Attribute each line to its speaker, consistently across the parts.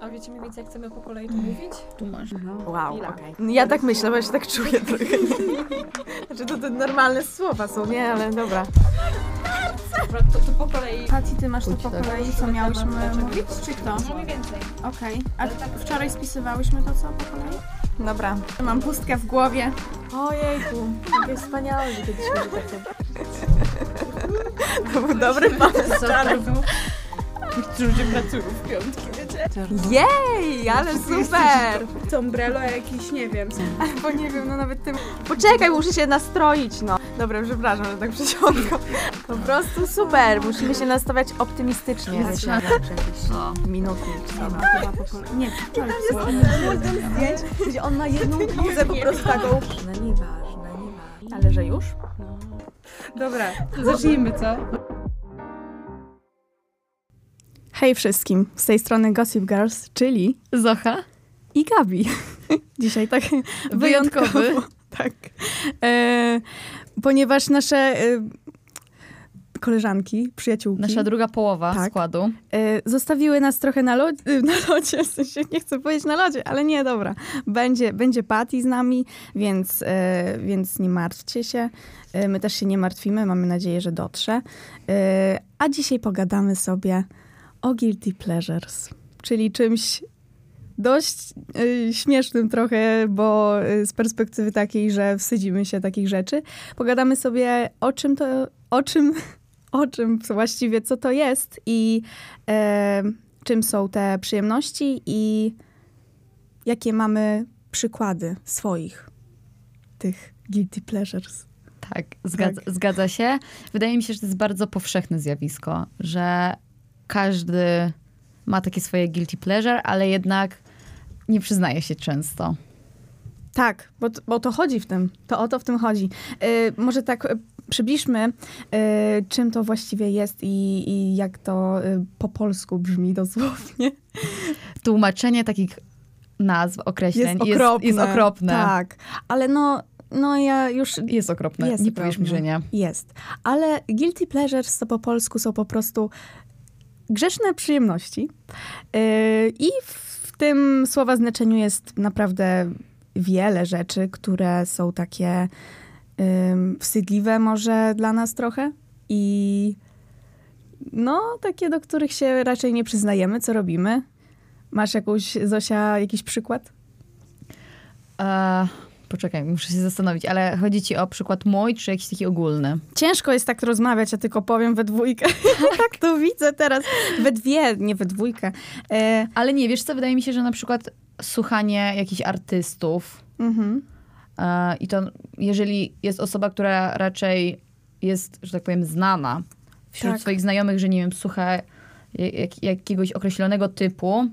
Speaker 1: A wiecie mniej więcej, jak chcemy po kolei to mówić?
Speaker 2: Tu masz.
Speaker 3: Wow, okej. Ja tak myślę, bo ja się tak czuję trochę. Znaczy to te normalne słowa są, nie? Ale no. dobra.
Speaker 1: Dobra, to, to po kolei.
Speaker 4: Tati, ty masz to
Speaker 2: Pójdź
Speaker 4: po
Speaker 2: tak.
Speaker 4: kolei, co miałyśmy
Speaker 1: Dlaczego?
Speaker 4: mówić, czy kto?
Speaker 1: No mniej więcej.
Speaker 4: Okej. A wczoraj spisywałyśmy to, co po kolei?
Speaker 3: Dobra.
Speaker 4: Mam pustkę w głowie.
Speaker 3: Ojejku, jakie wspaniałe, że kiedyś będzie takie. To był dobry pomysł.
Speaker 1: Ci ludzie pracują w piątki, wiecie?
Speaker 3: Jej, ale super!
Speaker 4: Umbrello jakiś, nie wiem.
Speaker 3: Bo nie wiem, no nawet tym... Poczekaj, muszę się nastroić, no. Dobra, przepraszam, że tak przyciągam. Po prostu super, musimy się nastawiać optymistycznie. No.
Speaker 2: O.
Speaker 3: Minuty.
Speaker 4: Nie, wczoraj pisywałam.
Speaker 3: Gdzie on ma jedną bluzę po prostu taką.
Speaker 2: No nieważne, nieważne.
Speaker 3: Ale że już?
Speaker 1: Dobra, zacznijmy, co?
Speaker 4: Hej wszystkim, z tej strony Gossip Girls, czyli Zocha i Gabi. Dzisiaj tak wyjątkowo. Tak. E, ponieważ nasze e, koleżanki, przyjaciółki
Speaker 2: Nasza druga połowa
Speaker 4: Tak.
Speaker 2: składu.
Speaker 4: e, zostawiły nas trochę na, lo- e, na lodzie, w sensie nie chcę powiedzieć na lodzie, ale nie, dobra. Będzie, będzie Patty z nami, więc, e, więc nie martwcie się. E, my też się nie martwimy, mamy nadzieję, że dotrze. E, a dzisiaj pogadamy sobie o guilty pleasures, czyli czymś dość y, śmiesznym trochę, bo y, z perspektywy takiej, że wstydzimy się takich rzeczy. Pogadamy sobie o czym to, o czym, o czym właściwie, co to jest i e, czym są te przyjemności i jakie mamy przykłady swoich tych guilty pleasures.
Speaker 2: Tak, zgadza, zgadza się. Wydaje mi się, że to jest bardzo powszechne zjawisko, że każdy ma takie swoje guilty pleasure, ale jednak nie przyznaje się często.
Speaker 4: Tak, bo, t- bo o to chodzi w tym. To o to w tym chodzi. Y, może tak y, przybliżmy, y, czym to właściwie jest i, i jak to y, po polsku brzmi dosłownie.
Speaker 2: Tłumaczenie takich nazw, określeń jest okropne. Jest, okropne.
Speaker 4: Tak, ale no, no ja już...
Speaker 2: Jest okropne.
Speaker 4: Jest
Speaker 2: nie powiesz mi,
Speaker 4: okropne.
Speaker 2: że nie.
Speaker 4: Jest. Ale guilty pleasures to po polsku są po prostu grzeszne przyjemności. Y, I w tym słowa znaczeniu jest naprawdę wiele rzeczy, które są takie ym, wstydliwe może dla nas trochę i no takie, do których się raczej nie przyznajemy, co robimy. Masz jakąś, Zosia, jakiś przykład?
Speaker 2: E, poczekaj, muszę się zastanowić, ale chodzi ci o przykład mój, czy jakiś taki ogólny?
Speaker 4: Ciężko jest tak rozmawiać, ja tylko powiem we dwójkę. tak to widzę teraz. We dwie, nie we dwójkę. E,
Speaker 2: Ale nie, wiesz co, wydaje mi się, że na przykład słuchanie jakichś artystów
Speaker 4: mhm.
Speaker 2: e, i to jeżeli jest osoba, która raczej jest, że tak powiem, znana wśród
Speaker 4: Tak.
Speaker 2: swoich znajomych, że nie wiem, słucha jak, jak, jakiegoś określonego typu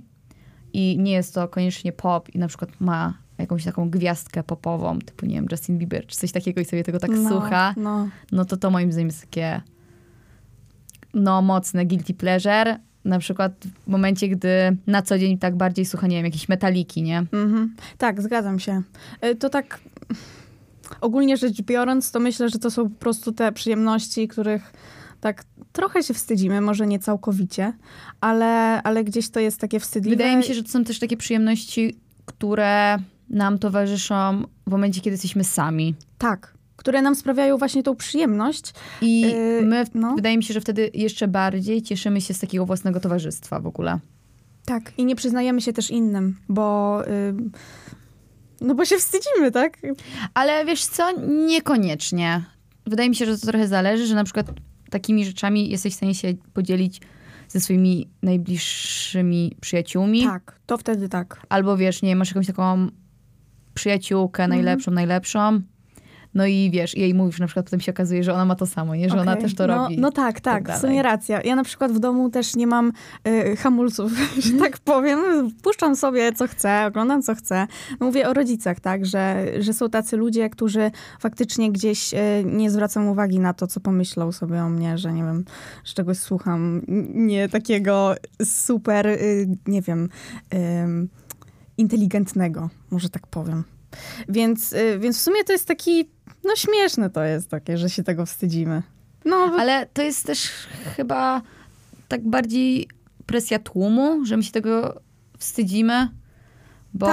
Speaker 2: i nie jest to koniecznie pop i na przykład ma jakąś taką gwiazdkę popową, typu nie wiem, Justin Bieber czy coś takiego i sobie tego tak
Speaker 4: No,
Speaker 2: słucha,
Speaker 4: No.
Speaker 2: no to to moim zdaniem jest takie no mocne guilty pleasure. Na przykład w momencie, gdy na co dzień tak bardziej słucha, nie wiem, jakiejś metaliki, nie?
Speaker 4: Mhm. Tak, zgadzam się. E, To tak ogólnie rzecz biorąc, to myślę, że to są po prostu te przyjemności, których tak trochę się wstydzimy, może nie całkowicie, ale, ale gdzieś to jest takie wstydliwe.
Speaker 2: Wydaje mi się, że to są też takie przyjemności, które nam towarzyszą w momencie, kiedy jesteśmy sami.
Speaker 4: Tak, które nam sprawiają właśnie tą przyjemność.
Speaker 2: I
Speaker 4: Yy,
Speaker 2: my,
Speaker 4: no.
Speaker 2: wydaje mi się, że wtedy jeszcze bardziej cieszymy się z takiego własnego towarzystwa w ogóle.
Speaker 4: Tak, i nie przyznajemy się też innym, bo... ym, no bo się wstydzimy, tak?
Speaker 2: Ale wiesz co, niekoniecznie. Wydaje mi się, że to trochę zależy, że na przykład takimi rzeczami jesteś w stanie się podzielić ze swoimi najbliższymi przyjaciółmi.
Speaker 4: Tak, to wtedy tak.
Speaker 2: Albo wiesz, nie, masz jakąś taką przyjaciółkę
Speaker 4: Mhm.
Speaker 2: najlepszą, najlepszą. No i wiesz, jej mówisz, na przykład potem się okazuje, że ona ma to samo, nie? Że ona
Speaker 4: Okej.
Speaker 2: też to
Speaker 4: no,
Speaker 2: robi.
Speaker 4: No tak, tak,
Speaker 2: dalej.
Speaker 4: w sumie racja. Ja na przykład w domu też nie mam y, hamulców,
Speaker 2: Mhm.
Speaker 4: że tak powiem. Puszczam sobie co chcę, oglądam co chcę. No Mówię o rodzicach, tak, że, że są tacy ludzie, którzy faktycznie gdzieś y, nie zwracam uwagi na to, co pomyślą sobie o mnie, że nie wiem, że czegoś słucham n- nie takiego super, y, nie wiem, ym, inteligentnego, może tak powiem. Więc, y, więc w sumie to jest taki, no śmieszne to jest takie, że się tego wstydzimy. No,
Speaker 2: Ale to jest też chyba tak bardziej presja tłumu, że my się tego wstydzimy, bo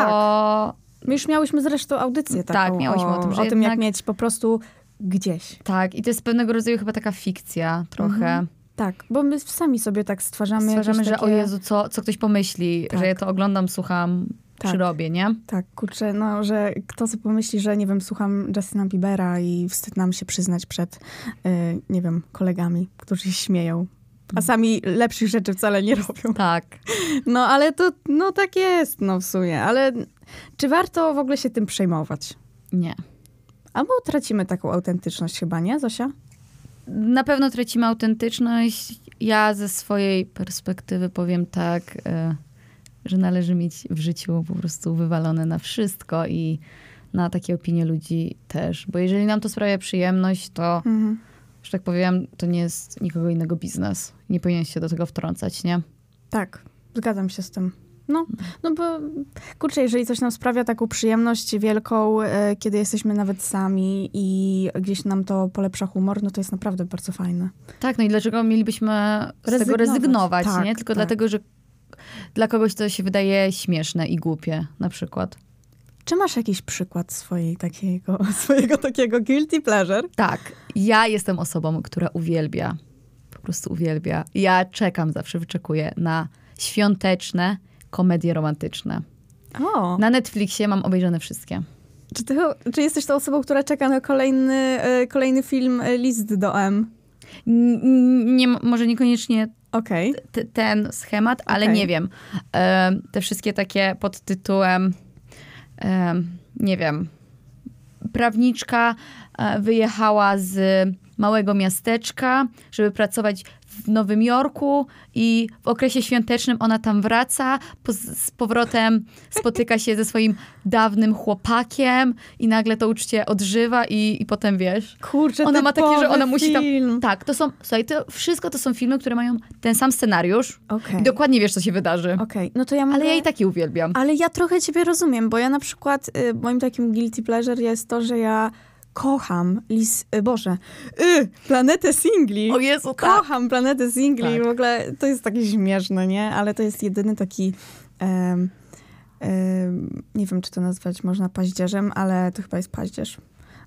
Speaker 4: My już miałyśmy zresztą audycję
Speaker 2: Tak,
Speaker 4: taką.
Speaker 2: miałyśmy o tym, że
Speaker 4: O tym, jak
Speaker 2: jednak-
Speaker 4: mieć po prostu gdzieś.
Speaker 2: tak, i to jest pewnego rodzaju chyba taka fikcja trochę.
Speaker 4: Tak, bo my sami sobie tak stwarzamy
Speaker 2: Stwarzamy,
Speaker 4: jakieś
Speaker 2: że
Speaker 4: takie...
Speaker 2: o Jezu, co, co ktoś pomyśli,
Speaker 4: Tak.
Speaker 2: że ja to oglądam, słucham,
Speaker 4: Tak.
Speaker 2: przyrobię, nie?
Speaker 4: Tak, kurczę, no, że kto sobie pomyśli, że nie wiem, słucham Justina Biebera i wstyd nam się przyznać przed, y, nie wiem, kolegami, którzy się śmieją. A
Speaker 2: Mm.
Speaker 4: sami lepszych rzeczy wcale nie robią.
Speaker 2: Tak.
Speaker 4: No, ale to, no tak jest, no w sumie. Ale czy warto w ogóle się tym przejmować?
Speaker 2: Nie.
Speaker 4: Albo tracimy taką autentyczność chyba, nie, Zosia?
Speaker 2: Na pewno tracimy autentyczność. Ja ze swojej perspektywy powiem tak, y, że należy mieć w życiu po prostu wywalone na wszystko i na takie opinie ludzi też. Bo jeżeli nam to sprawia przyjemność, to,
Speaker 4: Mhm.
Speaker 2: że tak powiem, to nie jest nikogo innego biznes. Nie powinien się do tego wtrącać, nie?
Speaker 4: Tak, zgadzam się z tym. No, no bo kurczę, jeżeli coś nam sprawia taką przyjemność wielką, e, kiedy jesteśmy nawet sami i gdzieś nam to polepsza humor, no to jest naprawdę bardzo fajne.
Speaker 2: Tak, no i dlaczego mielibyśmy z tego
Speaker 4: Rezygnować.
Speaker 2: rezygnować,
Speaker 4: Tak,
Speaker 2: nie? Tylko
Speaker 4: tak.
Speaker 2: dlatego, że dla kogoś to się wydaje śmieszne i głupie na przykład.
Speaker 4: Czy masz jakiś przykład swojej takiego, swojego takiego guilty pleasure?
Speaker 2: Tak, ja jestem osobą, która uwielbia, po prostu uwielbia. Ja czekam, zawsze wyczekuję na świąteczne komedie romantyczne.
Speaker 4: O,
Speaker 2: Na Netflixie mam obejrzane wszystkie.
Speaker 4: czy, ty, czy jesteś tą osobą, która czeka na kolejny, e, kolejny film e, List do M?
Speaker 2: N- n- nie, może niekoniecznie
Speaker 4: Okej.
Speaker 2: t- ten schemat, ale
Speaker 4: Okej.
Speaker 2: nie wiem. Em, te wszystkie takie pod tytułem, em, nie wiem, prawniczka e, wyjechała z małego miasteczka, żeby pracować w Nowym Jorku i w okresie świątecznym ona tam wraca, po, z powrotem spotyka się ze swoim dawnym chłopakiem i nagle to uczucie odżywa i, i potem wiesz.
Speaker 4: Kurczę,
Speaker 2: Ona ma takie, że
Speaker 4: typowy
Speaker 2: ona musi tam...
Speaker 4: film.
Speaker 2: Tak, to są, słuchaj, to wszystko to są filmy, które mają ten sam scenariusz,
Speaker 4: Okej,
Speaker 2: i dokładnie wiesz, co się wydarzy.
Speaker 4: okej. no to ja mogę...
Speaker 2: Ale ja i tak je uwielbiam.
Speaker 4: Ale ja trochę ciebie rozumiem, bo ja na przykład, y, moim takim guilty pleasure jest to, że ja kocham lis... Y, Boże, y, planetę singli.
Speaker 2: O Jezu, tak.
Speaker 4: kocham planetę singli.
Speaker 2: Tak.
Speaker 4: W ogóle to jest takie śmieszne, nie? Ale to jest jedyny taki... em, em, nie wiem, czy to nazwać można paździerzem, ale to chyba jest paździerz.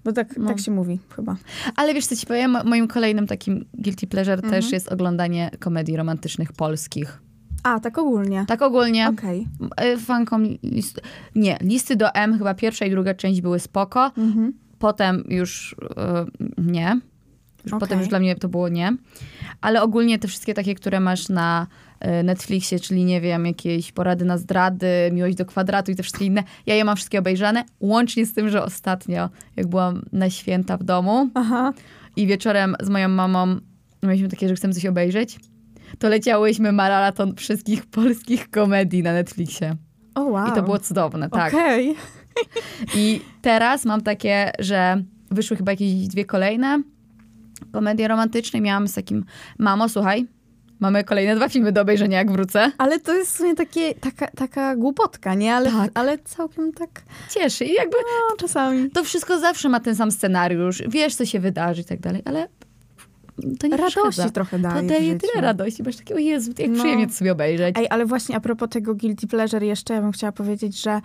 Speaker 4: Bo tak,
Speaker 2: No.
Speaker 4: tak się mówi chyba.
Speaker 2: Ale wiesz, co ci powiem? Mo- Moim kolejnym takim guilty pleasure też jest oglądanie komedii romantycznych polskich.
Speaker 4: A, tak ogólnie.
Speaker 2: Tak ogólnie.
Speaker 4: Okej.
Speaker 2: Okay. Fankom list... Nie, listy do M chyba pierwsza i druga część były spoko.
Speaker 4: Mhm.
Speaker 2: Potem już e, nie. Już
Speaker 4: Okej.
Speaker 2: Potem już dla mnie to było nie. Ale ogólnie te wszystkie takie, które masz na e, Netflixie, czyli nie wiem, jakieś porady na zdrady, miłość do kwadratu i te wszystkie inne, ja je mam wszystkie obejrzane. Łącznie z tym, że ostatnio, jak byłam na święta w domu
Speaker 4: Aha.
Speaker 2: i wieczorem z moją mamą mieliśmy takie, że chcemy coś obejrzeć, to leciałyśmy maraton wszystkich polskich komedii na Netflixie.
Speaker 4: O, wow.
Speaker 2: I to było cudowne, tak.
Speaker 4: Okej.
Speaker 2: I teraz mam takie, że wyszły chyba jakieś dwie kolejne komedie romantyczne. Miałam z takim, mamo, słuchaj, mamy kolejne dwa filmy do obejrzenia, jak wrócę.
Speaker 4: Ale to jest w sumie takie, taka, taka głupotka, nie? Ale,
Speaker 2: Tak.
Speaker 4: ale całkiem tak
Speaker 2: Cieszy. I jakby
Speaker 4: no, czasami.
Speaker 2: to wszystko zawsze ma ten sam scenariusz. Wiesz, co się wydarzy i tak dalej, ale to nie
Speaker 4: Radości
Speaker 2: przeszkadza.
Speaker 4: trochę
Speaker 2: To
Speaker 4: daje w
Speaker 2: daje
Speaker 4: życiu.
Speaker 2: tyle radości. Masz takie, o Jezu, jak
Speaker 4: No.
Speaker 2: przyjemnie to sobie obejrzeć.
Speaker 4: Ej, ale właśnie a propos tego guilty pleasure jeszcze ja bym chciała powiedzieć, że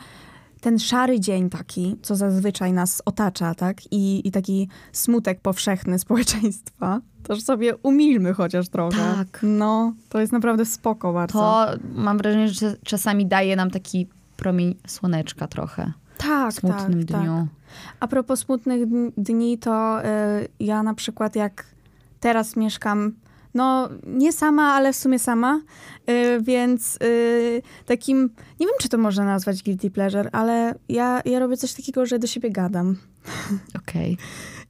Speaker 4: ten szary dzień taki, co zazwyczaj nas otacza, tak? I, i taki smutek powszechny społeczeństwa, to że sobie umilmy chociaż trochę.
Speaker 2: Tak.
Speaker 4: No, to jest naprawdę spoko bardzo.
Speaker 2: To mam wrażenie, że czas- czasami daje nam taki promień słoneczka trochę
Speaker 4: tak,
Speaker 2: w smutnym
Speaker 4: tak,
Speaker 2: dniu.
Speaker 4: A propos smutnych dn- dni, to y, ja na przykład jak teraz mieszkam, no nie sama, ale w sumie sama, y, więc y, takim, nie wiem czy to można nazwać guilty pleasure, ale ja, ja robię coś takiego, że do siebie gadam. tak.
Speaker 2: Okej.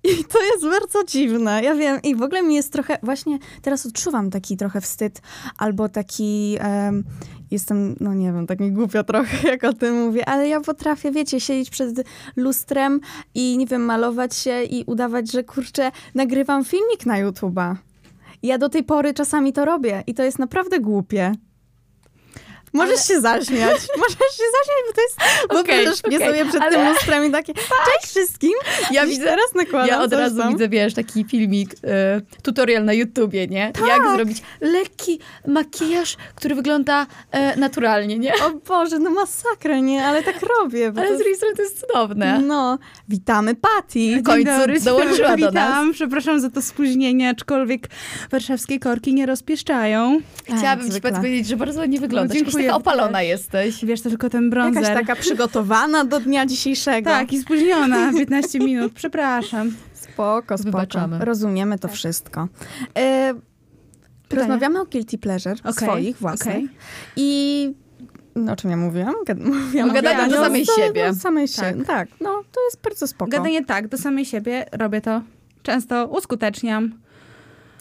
Speaker 4: I to jest bardzo dziwne, ja wiem. I w ogóle mi jest trochę, właśnie teraz odczuwam taki trochę wstyd, albo taki, em, jestem, no nie wiem, tak mi głupio trochę, jak o tym mówię, ale ja potrafię, wiecie, siedzieć przed lustrem i, nie wiem, malować się i udawać, że kurczę, nagrywam filmik na YouTube'a. Ja do tej pory czasami to robię i to jest naprawdę głupie. Możesz się zaśmiać. Możesz się zaśmiać, bo to jest... Bo
Speaker 2: Okej,
Speaker 4: przecież mnie
Speaker 2: okej,
Speaker 4: sobie przed
Speaker 2: ale- Tak.
Speaker 4: tym lustrem i takie... Cześć wszystkim! Ja
Speaker 2: widzę-
Speaker 4: teraz nakładam
Speaker 2: Ja od
Speaker 4: coś
Speaker 2: razu
Speaker 4: tam.
Speaker 2: widzę, wiesz, taki filmik, y, tutorial na YouTubie, nie?
Speaker 4: Tak.
Speaker 2: Jak zrobić lekki makijaż, który wygląda e, naturalnie, nie?
Speaker 4: O Boże, no masakra, nie? Ale tak robię. Bo
Speaker 2: Ale
Speaker 4: to...
Speaker 2: z drugiej strony to jest cudowne.
Speaker 4: No, witamy Patty.
Speaker 2: W końcu
Speaker 5: dobry,
Speaker 2: dołączyła do nas.
Speaker 5: Witam, przepraszam za to spóźnienie, aczkolwiek warszawskie korki nie rozpieszczają.
Speaker 4: jak
Speaker 2: Chciałabym
Speaker 4: Tak,
Speaker 2: ci
Speaker 4: zwykle. No,
Speaker 2: powiedzieć, że bardzo ładnie wyglądasz. Jakaś
Speaker 5: dziękuję,
Speaker 2: taka
Speaker 5: ty
Speaker 2: opalona jesteś.
Speaker 5: Wiesz, to tylko ten
Speaker 4: Jakaś
Speaker 5: bronzer.
Speaker 4: taka przygotowana do dnia dzisiejszego.
Speaker 5: Tak, i spóźniona, 15 minut, przepraszam.
Speaker 4: Spoko, spoko.
Speaker 2: Wybaczamy. Tak.
Speaker 4: Rozumiemy to wszystko. E, rozmawiamy o guilty pleasure,
Speaker 5: Okej,
Speaker 4: swoich własnych.
Speaker 5: okej.
Speaker 4: I no, o czym ja mówiłam? Gad- mówiłam
Speaker 2: No, gadamy
Speaker 4: gadaniu.
Speaker 2: do samej
Speaker 4: No,
Speaker 2: siebie.
Speaker 4: Do samej
Speaker 5: Tak.
Speaker 4: siebie, tak. No, to jest bardzo spoko.
Speaker 5: Gadanie tak, do samej siebie, robię to często, uskuteczniam.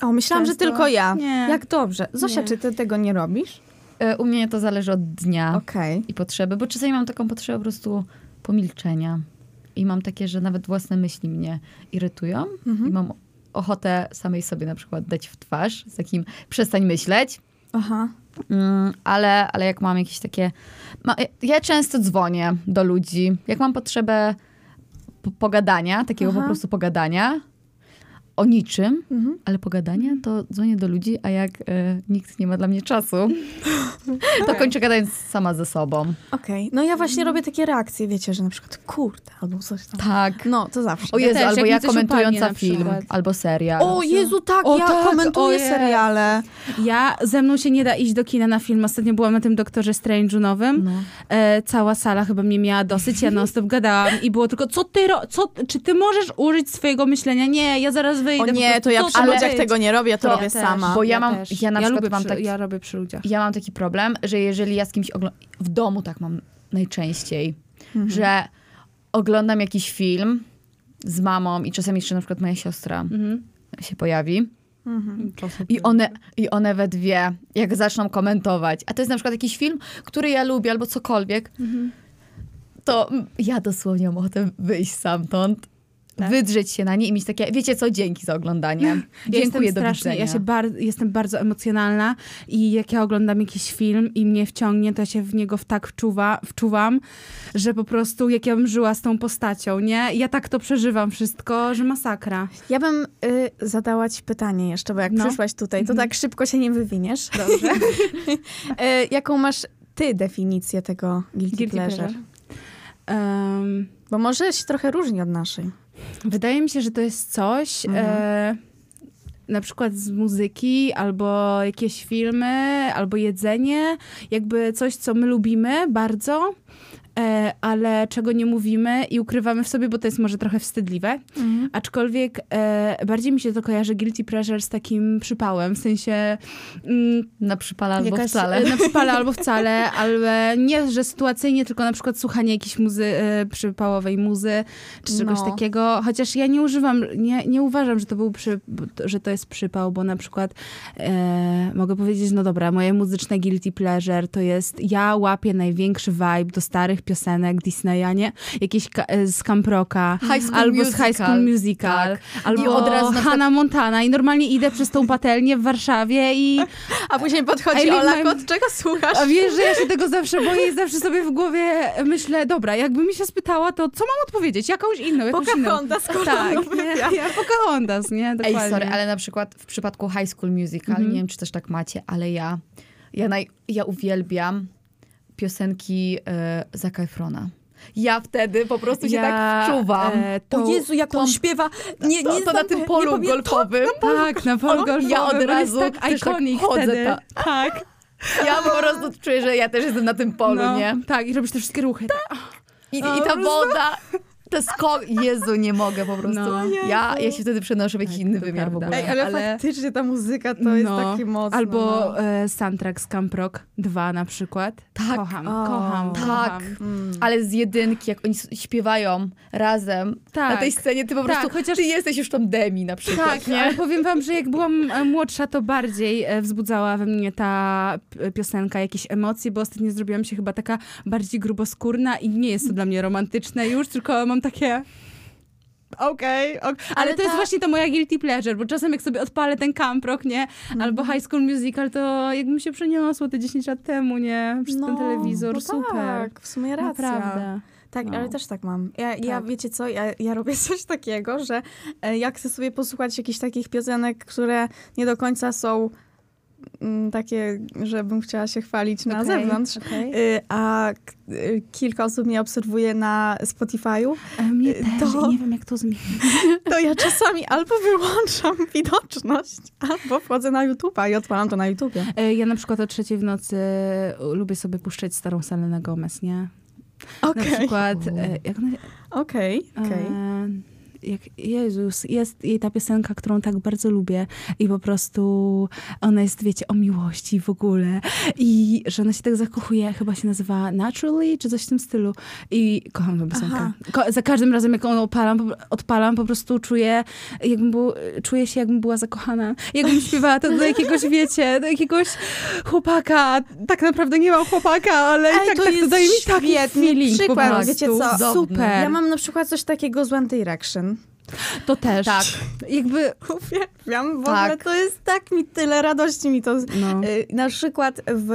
Speaker 4: O, myślałam,
Speaker 5: Często.
Speaker 4: że tylko ja.
Speaker 5: Nie.
Speaker 4: Jak dobrze. Zosia,
Speaker 5: Nie.
Speaker 4: czy ty tego nie robisz?
Speaker 2: Y, u mnie to zależy od dnia
Speaker 4: Okej.
Speaker 2: i potrzeby, bo czasami mam taką potrzebę po prostu pomilczenia. I mam takie, że nawet własne myśli mnie irytują
Speaker 4: Mhm.
Speaker 2: i mam ochotę samej sobie na przykład dać w twarz z takim przestań myśleć,
Speaker 4: Aha.
Speaker 2: Mm, ale, ale jak mam jakieś takie. Ma, ja często dzwonię do ludzi. Jak mam potrzebę p- pogadania, takiego
Speaker 4: Aha.
Speaker 2: po prostu pogadania o niczym,
Speaker 4: Mhm.
Speaker 2: ale pogadania, to dzwonię do ludzi, a jak e, nikt nie ma dla mnie czasu, to kończę gadając sama ze sobą.
Speaker 4: Okej. No ja właśnie robię takie reakcje, wiecie, że na przykład kurde, albo coś tam.
Speaker 2: Tak.
Speaker 4: No, to zawsze.
Speaker 2: O
Speaker 5: Ja
Speaker 2: Jezu,
Speaker 5: też,
Speaker 2: albo
Speaker 5: jak
Speaker 2: ja
Speaker 5: mi coś upadnie
Speaker 2: komentująca
Speaker 5: na
Speaker 2: film,
Speaker 5: przykład.
Speaker 2: albo serial.
Speaker 4: O Jezu, tak,
Speaker 5: O
Speaker 4: ja
Speaker 5: tak, o
Speaker 4: komentuję
Speaker 5: jest.
Speaker 4: seriale.
Speaker 5: Ja, ze mną się nie da iść do kina na film. Ostatnio byłam na tym Doktorze Strange'u nowym.
Speaker 2: No.
Speaker 5: E, cała sala chyba mnie miała dosyć, ja non stop gadałam i było tylko, co ty, ro- co, czy ty możesz użyć swojego myślenia? Nie, ja zaraz wyjdę.
Speaker 4: O
Speaker 5: no po
Speaker 4: nie,
Speaker 5: prostu,
Speaker 4: to ja
Speaker 5: co
Speaker 4: przy
Speaker 5: ty
Speaker 4: ludziach
Speaker 5: robisz?
Speaker 4: tego nie robię, ja to
Speaker 5: Ja
Speaker 4: robię
Speaker 5: też,
Speaker 4: sama.
Speaker 2: Bo ja mam-
Speaker 5: też.
Speaker 2: ja na przykład
Speaker 5: lubię
Speaker 2: mam
Speaker 5: przy,
Speaker 2: taki-
Speaker 5: Ja robię przy ludziach.
Speaker 2: Ja mam taki problem, że jeżeli ja z kimś ogl- w domu tak mam najczęściej,
Speaker 5: Mhm.
Speaker 2: że oglądam jakiś film z mamą i czasem jeszcze na przykład moja siostra
Speaker 5: Mhm.
Speaker 2: się pojawi
Speaker 4: Mhm.
Speaker 2: i one, i one we dwie, jak zaczną komentować, a to jest na przykład jakiś film, który ja lubię albo cokolwiek,
Speaker 5: Mhm.
Speaker 2: to mm, ja dosłownie mam ochotę wyjść stamtąd, wydrzeć się na nie i mieć takie, wiecie co, dzięki za oglądanie.
Speaker 5: Tak.
Speaker 2: Dziękuję,
Speaker 5: Ja jestem
Speaker 2: do
Speaker 5: strasznie,
Speaker 2: widzenia.
Speaker 5: Ja się bar- jestem bardzo emocjonalna i jak ja oglądam jakiś film i mnie wciągnie, to ja się w niego w tak wczuwa, wczuwam, że po prostu jak ja bym żyła z tą postacią, nie? Ja tak to przeżywam wszystko, że masakra.
Speaker 4: Ja bym y, zadała ci pytanie jeszcze, bo jak
Speaker 5: No.
Speaker 4: przyszłaś tutaj, to tak szybko się nie wywiniesz. Dobrze. y, jaką masz ty definicję tego guilty,
Speaker 5: Guilty
Speaker 4: pleasure?
Speaker 5: pleasure. Em,
Speaker 4: Bo może się trochę różni od naszej.
Speaker 5: Wydaje mi się, że to jest coś e, na przykład z muzyki, albo jakieś filmy, albo jedzenie, jakby coś, co my lubimy bardzo, e, ale czego nie mówimy i ukrywamy w sobie, bo to jest może trochę wstydliwe. Aczkolwiek e, bardziej mi się to kojarzy guilty pleasure z takim przypałem, w sensie mm,
Speaker 2: Na przypala albo
Speaker 5: Jakaś- e,
Speaker 2: wcale.
Speaker 5: Na przypale albo wcale, ale nie, że sytuacyjnie, tylko na przykład słuchanie jakiejś muzy, e, przypałowej muzy, czy czegoś
Speaker 4: No.
Speaker 5: takiego. Chociaż ja nie używam, nie, nie uważam, że to był przy, że to jest przypał, bo na przykład e, mogę powiedzieć, no dobra, moje muzyczne guilty pleasure to jest, ja łapię największy vibe do starych piosenek Disneya, nie? Jakieś ka- e, z Camp Rocka,
Speaker 2: High School
Speaker 5: albo z High School
Speaker 2: Musical.
Speaker 5: Musical,
Speaker 2: Tak.
Speaker 5: albo
Speaker 2: I od razu na przykład-
Speaker 5: Hannah Montana i normalnie idę przez tą patelnię w Warszawie i
Speaker 4: A później
Speaker 5: I
Speaker 4: podchodzi
Speaker 5: leave
Speaker 4: Ola,
Speaker 5: my-
Speaker 4: od czego słuchasz?
Speaker 5: a wiesz, że ja się tego zawsze boję i zawsze sobie w głowie myślę, dobra, jakby mi się spytała, to co mam odpowiedzieć? Jakąś inną, jakąś
Speaker 4: Pocahontas,
Speaker 5: inną.
Speaker 4: No,
Speaker 5: Tak, nie, ja Pocahontas, nie? Dokładnie. Mhm.
Speaker 2: Ej, sorry, ale na przykład w przypadku High School Musical, nie wiem, czy też tak macie, ale ja, ja, naj, ja uwielbiam piosenki e, Zaka Efrona. Ja wtedy po prostu się
Speaker 5: Ja,
Speaker 2: tak wczuwam.
Speaker 5: e, to- O Jezu,
Speaker 2: jak on śpiewa. Nie, to, to na tym polu golfowym.
Speaker 5: Tak, na polu golfowym.
Speaker 2: Ja od
Speaker 5: on
Speaker 2: razu
Speaker 5: jest tak
Speaker 2: też tak
Speaker 5: ikonik
Speaker 2: chodzę,
Speaker 5: wtedy.
Speaker 2: tak.
Speaker 5: Tak.
Speaker 2: Ja po prostu czuję, że ja też jestem na tym polu,
Speaker 5: no,
Speaker 2: nie?
Speaker 5: Tak, i robisz te wszystkie ruchy.
Speaker 4: Tak,
Speaker 2: I, i
Speaker 5: No, po
Speaker 2: ta
Speaker 5: prostu.
Speaker 2: woda, te sko... Jezu, nie mogę po prostu.
Speaker 5: No. Tak,
Speaker 2: Ja, ja się wtedy przenoszę w jakiś inny
Speaker 5: to
Speaker 2: wymiar w
Speaker 5: prawda.
Speaker 2: ogóle.
Speaker 4: Ej, ale,
Speaker 5: ale- No,
Speaker 4: faktycznie ta muzyka to jest taki mocno.
Speaker 5: Albo
Speaker 4: no.
Speaker 5: e, soundtrack z Camp Rock 2 na przykład.
Speaker 2: Tak.
Speaker 5: Kocham,
Speaker 4: O,
Speaker 5: kocham,
Speaker 2: Tak,
Speaker 5: kocham.
Speaker 2: ale z jedynki, jak oni s- śpiewają razem
Speaker 5: Tak.
Speaker 2: na tej scenie, ty po
Speaker 5: Tak,
Speaker 2: prostu,
Speaker 5: chociaż-
Speaker 2: ty jesteś już tam Demi na przykład,
Speaker 5: Tak,
Speaker 2: nie?
Speaker 5: ale powiem wam, że jak byłam e, młodsza, to bardziej e, wzbudzała we mnie ta p- piosenka jakieś emocje, bo ostatnio zrobiłam się chyba taka bardziej gruboskórna i nie jest to dla mnie romantyczne już, tylko mam takie... okej, ok. ale,
Speaker 1: Ale
Speaker 5: to jest
Speaker 1: ta-
Speaker 5: właśnie ta moja guilty pleasure, bo czasem jak sobie odpalę ten camp rock, nie,
Speaker 4: Mhm.
Speaker 5: albo High School Musical, to jakbym się przeniosło te 10 lat temu, nie, przez ten
Speaker 4: No,
Speaker 5: telewizor,
Speaker 4: no
Speaker 5: super.
Speaker 4: Tak, w sumie racja.
Speaker 5: Naprawdę.
Speaker 4: Tak,
Speaker 2: No.
Speaker 4: ale też tak mam. Ja, ja wiecie co, ja, ja robię coś takiego, że e, jak chcę sobie posłuchać jakichś takich piosenek, które nie do końca są mm, takie, żebym chciała się chwalić na
Speaker 5: Okej,
Speaker 4: zewnątrz,
Speaker 5: okej.
Speaker 4: y, a k- y, kilka osób mnie obserwuje na Spotify'u,
Speaker 5: A E, Mnie
Speaker 4: y,
Speaker 5: też,
Speaker 4: to-
Speaker 5: i nie wiem jak to zmienić.
Speaker 4: to ja czasami albo wyłączam widoczność, albo wchodzę na YouTube'a i odpalam to na YouTubie.
Speaker 5: E, Ja na przykład o trzeciej w nocy e, lubię sobie puszczać starą Selenę Gomez, nie? Na
Speaker 4: Okej,
Speaker 5: przykład, e, jak ona,
Speaker 4: okej, okej.
Speaker 5: E, Jak Jezus, jest jej ta piosenka, którą tak bardzo lubię i po prostu ona jest, wiecie, o miłości w ogóle i że ona się tak zakochuje, chyba się nazywa Naturally, czy coś w tym stylu i kocham tę piosenkę.
Speaker 4: Aha.
Speaker 5: Ko- za każdym razem, jak ją opalam, po- odpalam, po prostu czuję, jakbym był, czuję się, jakbym była zakochana. Jakbym śpiewała to do jakiegoś, wiecie, do jakiegoś chłopaka. Tak naprawdę nie mam chłopaka, ale i
Speaker 4: Ej,
Speaker 5: tak,
Speaker 4: to
Speaker 5: tak to
Speaker 4: jest
Speaker 5: daje mi taki
Speaker 4: świetny
Speaker 5: feeling po
Speaker 4: przykład,
Speaker 5: prostu.
Speaker 4: wiecie co?
Speaker 2: Cudowny.
Speaker 5: Super.
Speaker 4: Ja mam na przykład coś takiego z One Direction.
Speaker 5: To też.
Speaker 2: Tak.
Speaker 5: Jakby.
Speaker 4: Uwielbiam, w
Speaker 2: Tak.
Speaker 4: ogóle to jest tak mi tyle radości mi to. z-
Speaker 5: No.
Speaker 4: Y, Na przykład w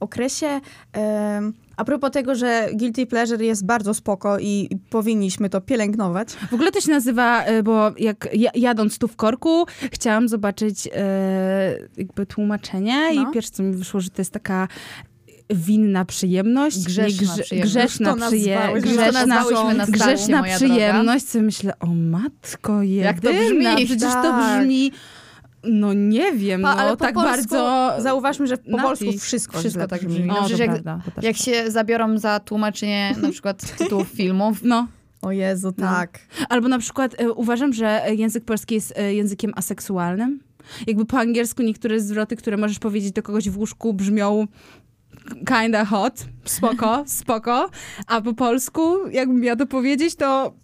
Speaker 4: okresie. em, a propos tego, że Guilty Pleasure jest bardzo spoko i i powinniśmy to pielęgnować.
Speaker 5: W ogóle to się nazywa, y, bo jak ja- jadąc tu w korku, chciałam zobaczyć y, jakby tłumaczenie
Speaker 4: No.
Speaker 5: i pierwsze co mi wyszło, że to jest taka winna przyjemność.
Speaker 2: Grzeszna przyjemność.
Speaker 5: Grzeszna,
Speaker 4: Już to
Speaker 5: przyje-
Speaker 4: nazwałeś- już to
Speaker 5: grzeszna,
Speaker 2: nazwałyśmy na stałe,
Speaker 5: grzeszna
Speaker 2: moja droga.
Speaker 5: przyjemność. Co myślę, o matko jedyna.
Speaker 2: Jak to brzmi,
Speaker 5: Przecież to
Speaker 4: tak.
Speaker 5: brzmi, no nie wiem,
Speaker 4: Pa,
Speaker 5: no
Speaker 4: ale po
Speaker 5: tak
Speaker 4: polsku
Speaker 5: bardzo...
Speaker 4: Zauważmy, że po
Speaker 5: napis.
Speaker 4: polsku wszystko,
Speaker 2: Wszystko
Speaker 4: źle
Speaker 2: tak
Speaker 4: brzmi.
Speaker 2: brzmi.
Speaker 5: O,
Speaker 2: Przecież
Speaker 5: to
Speaker 2: jak-
Speaker 5: prawda, to też.
Speaker 2: Jak się zabiorą za tłumaczenie na przykład tytułów filmów,
Speaker 5: No.
Speaker 4: O Jezu, tak.
Speaker 5: Albo na przykład e, uważam, że e, język polski jest e, językiem aseksualnym. Jakby po angielsku niektóre zwroty, które możesz powiedzieć do kogoś w łóżku, brzmią kinda hot, spoko, spoko. A po polsku, jakbym miała to powiedzieć, to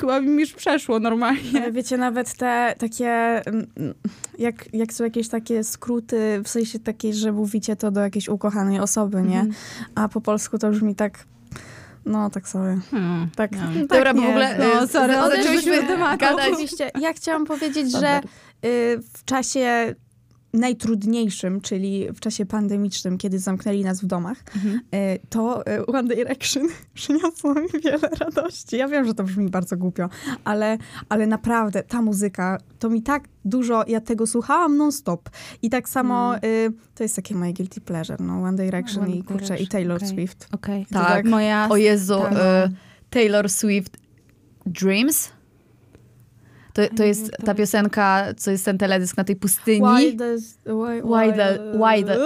Speaker 5: chyba mi już przeszło normalnie.
Speaker 4: Ale E, Wiecie, nawet te takie, mm, mm, jak, jak są jakieś takie skróty, w sensie takiej, że mówicie to do jakiejś ukochanej osoby, nie? A po polsku to brzmi tak, no tak sobie.
Speaker 5: Hmm.
Speaker 4: Tak, tak
Speaker 2: Dobra, bo w
Speaker 4: nie.
Speaker 2: ogóle
Speaker 5: No,
Speaker 2: y, z-
Speaker 5: sorry,
Speaker 2: z-
Speaker 5: odeszliśmy od tematu.
Speaker 2: gadać.
Speaker 4: Oczywiście, ja chciałam powiedzieć, że
Speaker 2: Standard.
Speaker 4: y, w czasie najtrudniejszym, czyli w czasie pandemicznym, kiedy zamknęli nas w domach,
Speaker 5: Mhm.
Speaker 4: y, to y, One Direction przyniosło mi wiele radości. Ja wiem, że to brzmi bardzo głupio, ale, ale naprawdę ta muzyka, to mi tak dużo, ja tego słuchałam non-stop. I tak samo,
Speaker 2: No.
Speaker 4: y, to jest takie moje guilty pleasure, no One Direction
Speaker 5: One
Speaker 4: i kurczę, i
Speaker 5: Direction,
Speaker 4: Taylor
Speaker 5: okej.
Speaker 4: Swift.
Speaker 5: Okej.
Speaker 4: To tak.
Speaker 5: Moja...
Speaker 2: O Jezu,
Speaker 5: Tak.
Speaker 2: e, Taylor Swift Dreams. To, to jest ta piosenka, co jest ten teledysk na tej pustyni.
Speaker 4: does, why,
Speaker 2: Why the, why the,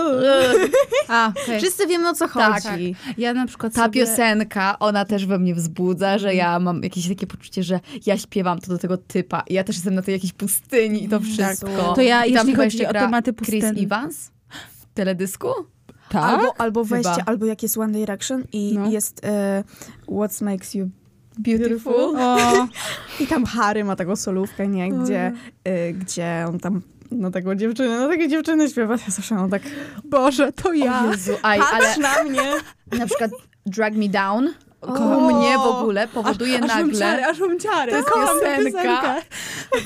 Speaker 5: A, okej.
Speaker 4: Wszyscy wiemy o co
Speaker 2: Tak.
Speaker 4: chodzi.
Speaker 5: Ja na przykład
Speaker 2: ta
Speaker 5: sobie... Mhm.
Speaker 2: piosenka, ona też we mnie wzbudza, że ja mam jakieś takie poczucie, że ja śpiewam to do tego typa. I ja też jestem na tej jakiejś pustyni i to wszystko.
Speaker 5: To ja,
Speaker 2: I tam
Speaker 5: jeśli
Speaker 2: chyba
Speaker 5: chodzi
Speaker 2: jeszcze
Speaker 5: o
Speaker 2: gra
Speaker 5: tematy
Speaker 2: Chris
Speaker 5: pustynne-
Speaker 2: Evans w teledysku?
Speaker 5: Tak?
Speaker 4: Albo, albo
Speaker 2: Chyba.
Speaker 4: weźcie, albo jak jest One Direction i
Speaker 5: No.
Speaker 4: jest e, What Makes You
Speaker 2: Beautiful.
Speaker 5: O,
Speaker 4: I tam Harry ma taką solówkę, nie? Gdzie, y, gdzie on tam na taką dziewczynę, na takie dziewczyny śpiewa. Ja zawsze mam tak, Boże, to ja.
Speaker 2: O Jezu, aj, ale
Speaker 4: Patrz na mnie.
Speaker 2: na przykład Drag Me Down
Speaker 4: O.
Speaker 2: koło mnie w ogóle powoduje nagle...
Speaker 5: aż mam ciary.
Speaker 2: To jest piosenka,
Speaker 5: Tak.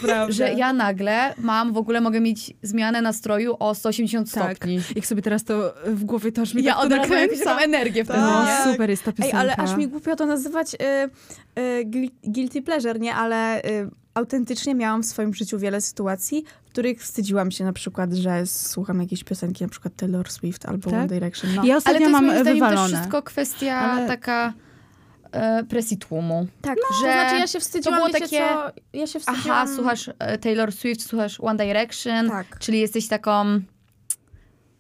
Speaker 5: Prawda.
Speaker 2: że ja nagle mam, w ogóle mogę mieć zmianę nastroju o 180
Speaker 5: Tak.
Speaker 2: stopni.
Speaker 5: Jak sobie teraz to w głowie, to aż mi
Speaker 2: Ja
Speaker 5: tak to
Speaker 2: od razu mam jakąś
Speaker 5: nakręca.
Speaker 2: taką energię wtedy.
Speaker 5: No,
Speaker 2: nie?
Speaker 4: Tak.
Speaker 5: super jest ta
Speaker 4: Ej,
Speaker 5: piosenka.
Speaker 4: ale aż mi głupio to nazywać y, y, guil- guilty pleasure, nie? Ale y, autentycznie miałam w swoim życiu wiele sytuacji, w których wstydziłam się na przykład, że słucham jakiejś piosenki, na przykład Taylor Swift albo
Speaker 5: Tak?
Speaker 4: One Direction. No.
Speaker 5: Ja
Speaker 2: Ale to
Speaker 5: ostatnio
Speaker 2: jest
Speaker 5: mam
Speaker 2: moim zdaniem
Speaker 5: wywalone.
Speaker 2: też wszystko kwestia
Speaker 5: Ale-
Speaker 2: taka e, presji tłumu.
Speaker 4: Tak,
Speaker 2: że
Speaker 4: to znaczy ja się wstydziłam,
Speaker 2: było
Speaker 4: wiecie
Speaker 2: takie,
Speaker 4: co? Ja się
Speaker 2: Aha,
Speaker 4: wstydziłam.
Speaker 2: słuchasz e, Taylor Swift, słuchasz One Direction,
Speaker 4: Tak.
Speaker 2: czyli jesteś taką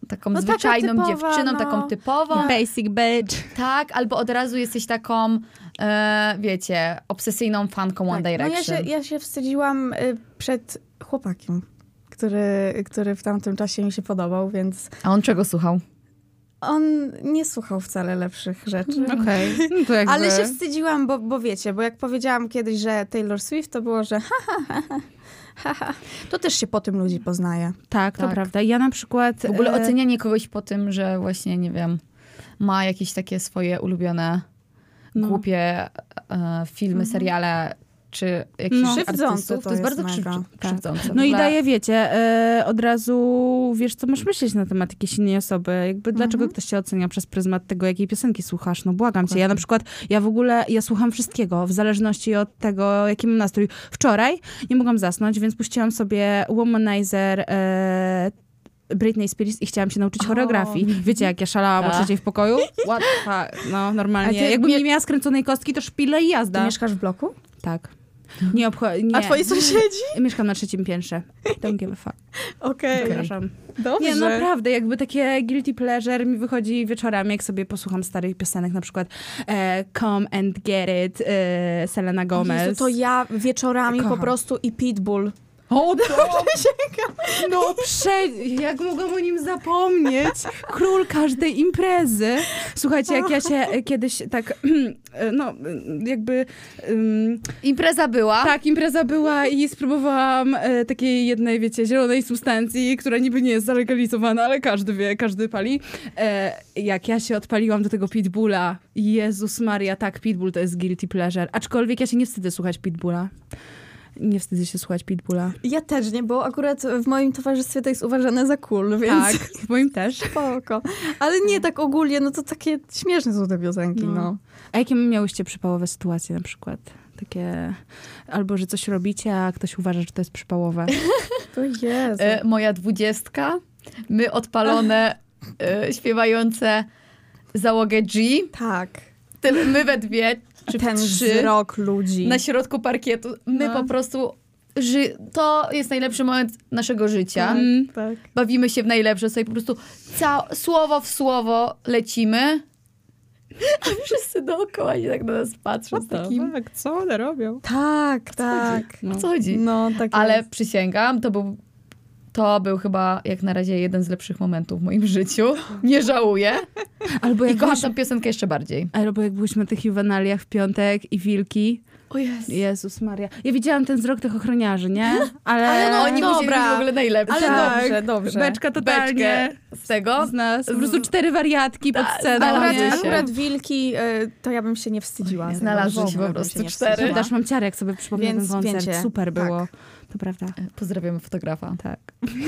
Speaker 2: taką
Speaker 4: No taka
Speaker 2: zwyczajną
Speaker 4: typowa,
Speaker 2: dziewczyną,
Speaker 4: no.
Speaker 2: taką typową,
Speaker 5: Basic bitch.
Speaker 2: tak, albo od razu jesteś taką, e, wiecie, obsesyjną fanką One
Speaker 4: Tak.
Speaker 2: Direction.
Speaker 4: No ja, się, ja się wstydziłam y, przed chłopakiem, który, który w tamtym czasie mi się podobał, więc
Speaker 2: A on czego słuchał?
Speaker 4: on nie słuchał wcale lepszych rzeczy.
Speaker 5: Okej. No to jakby...
Speaker 4: Ale się wstydziłam, bo, bo wiecie, bo jak powiedziałam kiedyś, że Taylor Swift, to było, że ha, ha, ha, ha, ha, ha. to też się po tym ludzi poznaje.
Speaker 5: Tak, to
Speaker 2: Tak.
Speaker 5: prawda. Ja na przykład...
Speaker 2: W ogóle
Speaker 5: e,
Speaker 2: ocenianie kogoś po tym, że właśnie, nie wiem, ma jakieś takie swoje ulubione,
Speaker 5: No. Mhm.
Speaker 2: głupie e, filmy, seriale, czy jakichś
Speaker 5: No.
Speaker 4: Krzywdzące
Speaker 2: artystów,
Speaker 4: to
Speaker 2: to
Speaker 4: jest
Speaker 2: jest bardzo
Speaker 4: mega.
Speaker 2: krzywdzące.
Speaker 5: Tak.
Speaker 2: krzywdzące.
Speaker 5: No i
Speaker 2: Dla-
Speaker 5: daje, wiecie, e, od razu wiesz, co masz myśleć na temat jakiejś innej osoby. Jakby dlaczego ktoś cię ocenia przez pryzmat tego, jakiej piosenki słuchasz? No błagam cię. Ja na przykład, ja w ogóle, ja słucham wszystkiego, w zależności od tego, jaki mam nastrój. Wczoraj nie mogłam zasnąć, więc puściłam sobie Womanizer e, Britney Spears i chciałam się nauczyć choreografii. Wiecie, jak ja szalałam o
Speaker 2: Tak.
Speaker 5: trzeciej w pokoju? What the fuck? No, normalnie.
Speaker 4: A ty
Speaker 5: Jakbym
Speaker 4: mie-
Speaker 5: nie miała skręconej kostki, to szpile i
Speaker 4: Ty
Speaker 5: jazda.
Speaker 4: mieszkasz w bloku?
Speaker 5: Tak. Nie obchodzi. Nie.
Speaker 4: A twoi sąsiedzi?
Speaker 5: Mieszkam na trzecim piętrze. Don't give a fuck.
Speaker 4: Okej,
Speaker 5: Przepraszam.
Speaker 4: dobrze.
Speaker 5: Nie, no naprawdę, jakby takie guilty pleasure mi wychodzi wieczorami, jak sobie posłucham starych piosenek, na przykład e, Come and Get It, e, Selena Gomez.
Speaker 4: Jezu, to ja wieczorami
Speaker 5: Kocham.
Speaker 4: po prostu i Pitbull.
Speaker 2: O,
Speaker 5: No prze... jak mogłam o nim zapomnieć? Król każdej imprezy. Słuchajcie, jak ja się kiedyś tak, e, no jakby... em,
Speaker 2: Impreza była.
Speaker 5: Tak, impreza była i spróbowałam e, takiej jednej, wiecie, zielonej substancji, która niby nie jest zalegalizowana, ale każdy wie, każdy pali. E, jak ja się odpaliłam do tego pitbulla, Jezus Maria, tak, pitbull to jest guilty pleasure. Aczkolwiek ja się nie wstydzę słuchać pitbulla. Nie wstydzę się słuchać pitbulla.
Speaker 4: Ja też nie, bo akurat w moim towarzystwie to jest uważane za cool, więc
Speaker 5: Tak, w moim też.
Speaker 4: spoko. Ale nie tak ogólnie, no to takie śmieszne są te piosenki,
Speaker 5: No.
Speaker 4: no.
Speaker 5: A jakie miałyście przypałowe sytuacje na przykład? Takie, albo że coś robicie, a ktoś uważa, że to jest przypałowe.
Speaker 4: To jest.
Speaker 2: E, moja dwudziestka, my odpalone, e, śpiewające załogę G,
Speaker 4: tak.
Speaker 2: Ty- my we dwie, czy w
Speaker 4: Ten
Speaker 2: trzy,
Speaker 4: wzrok ludzi.
Speaker 2: na środku parkietu. My
Speaker 4: No.
Speaker 2: po prostu, ży- to jest najlepszy moment naszego życia.
Speaker 5: Mm.
Speaker 4: tak.
Speaker 2: Bawimy się w najlepsze, sobie po prostu ca- słowo w słowo lecimy. A wszyscy dookoła nie tak na nas patrzą z takim,
Speaker 1: Tak, co one robią?
Speaker 4: Tak, tak.
Speaker 5: No.
Speaker 2: o co chodzi?
Speaker 4: No, tak
Speaker 2: Ale
Speaker 4: jest.
Speaker 2: przysięgam, to był, to był chyba jak na razie jeden z lepszych momentów w moim życiu. Nie żałuję.
Speaker 5: Albo
Speaker 2: I
Speaker 5: jak
Speaker 2: kocham
Speaker 5: byliśmy-
Speaker 2: tę piosenkę jeszcze bardziej.
Speaker 5: Albo jak byliśmy na tych juwenaliach w piątek i wilki.
Speaker 2: O jest.
Speaker 5: Jezus Maria. Ja widziałam ten wzrok tych ochroniarzy, nie? Ale,
Speaker 2: no, Oni
Speaker 4: dobra.
Speaker 2: musieli być w ogóle najlepsi.
Speaker 4: Ale
Speaker 5: Eee, tak.
Speaker 4: dobrze, dobrze.
Speaker 5: beczka totalnie
Speaker 2: z tego.
Speaker 5: z nas. Tak, Po prostu cztery wariatki pod sceną.
Speaker 2: znalazły
Speaker 5: nie?
Speaker 4: Akurat,
Speaker 2: się.
Speaker 4: akurat wilki, e, to ja bym się nie wstydziła. tego.
Speaker 2: Znalazły się
Speaker 4: W ogóle
Speaker 2: po
Speaker 4: bym
Speaker 2: prostu
Speaker 4: nie
Speaker 2: cztery.
Speaker 4: wstydziła. Tak.
Speaker 5: Też mam ciarę, jak sobie przypomnę
Speaker 4: Więc
Speaker 5: ten koncert.
Speaker 4: wiecie,
Speaker 5: Super
Speaker 4: tak.
Speaker 5: było. To prawda.
Speaker 2: Pozdrawiamy fotografa.
Speaker 5: Tak.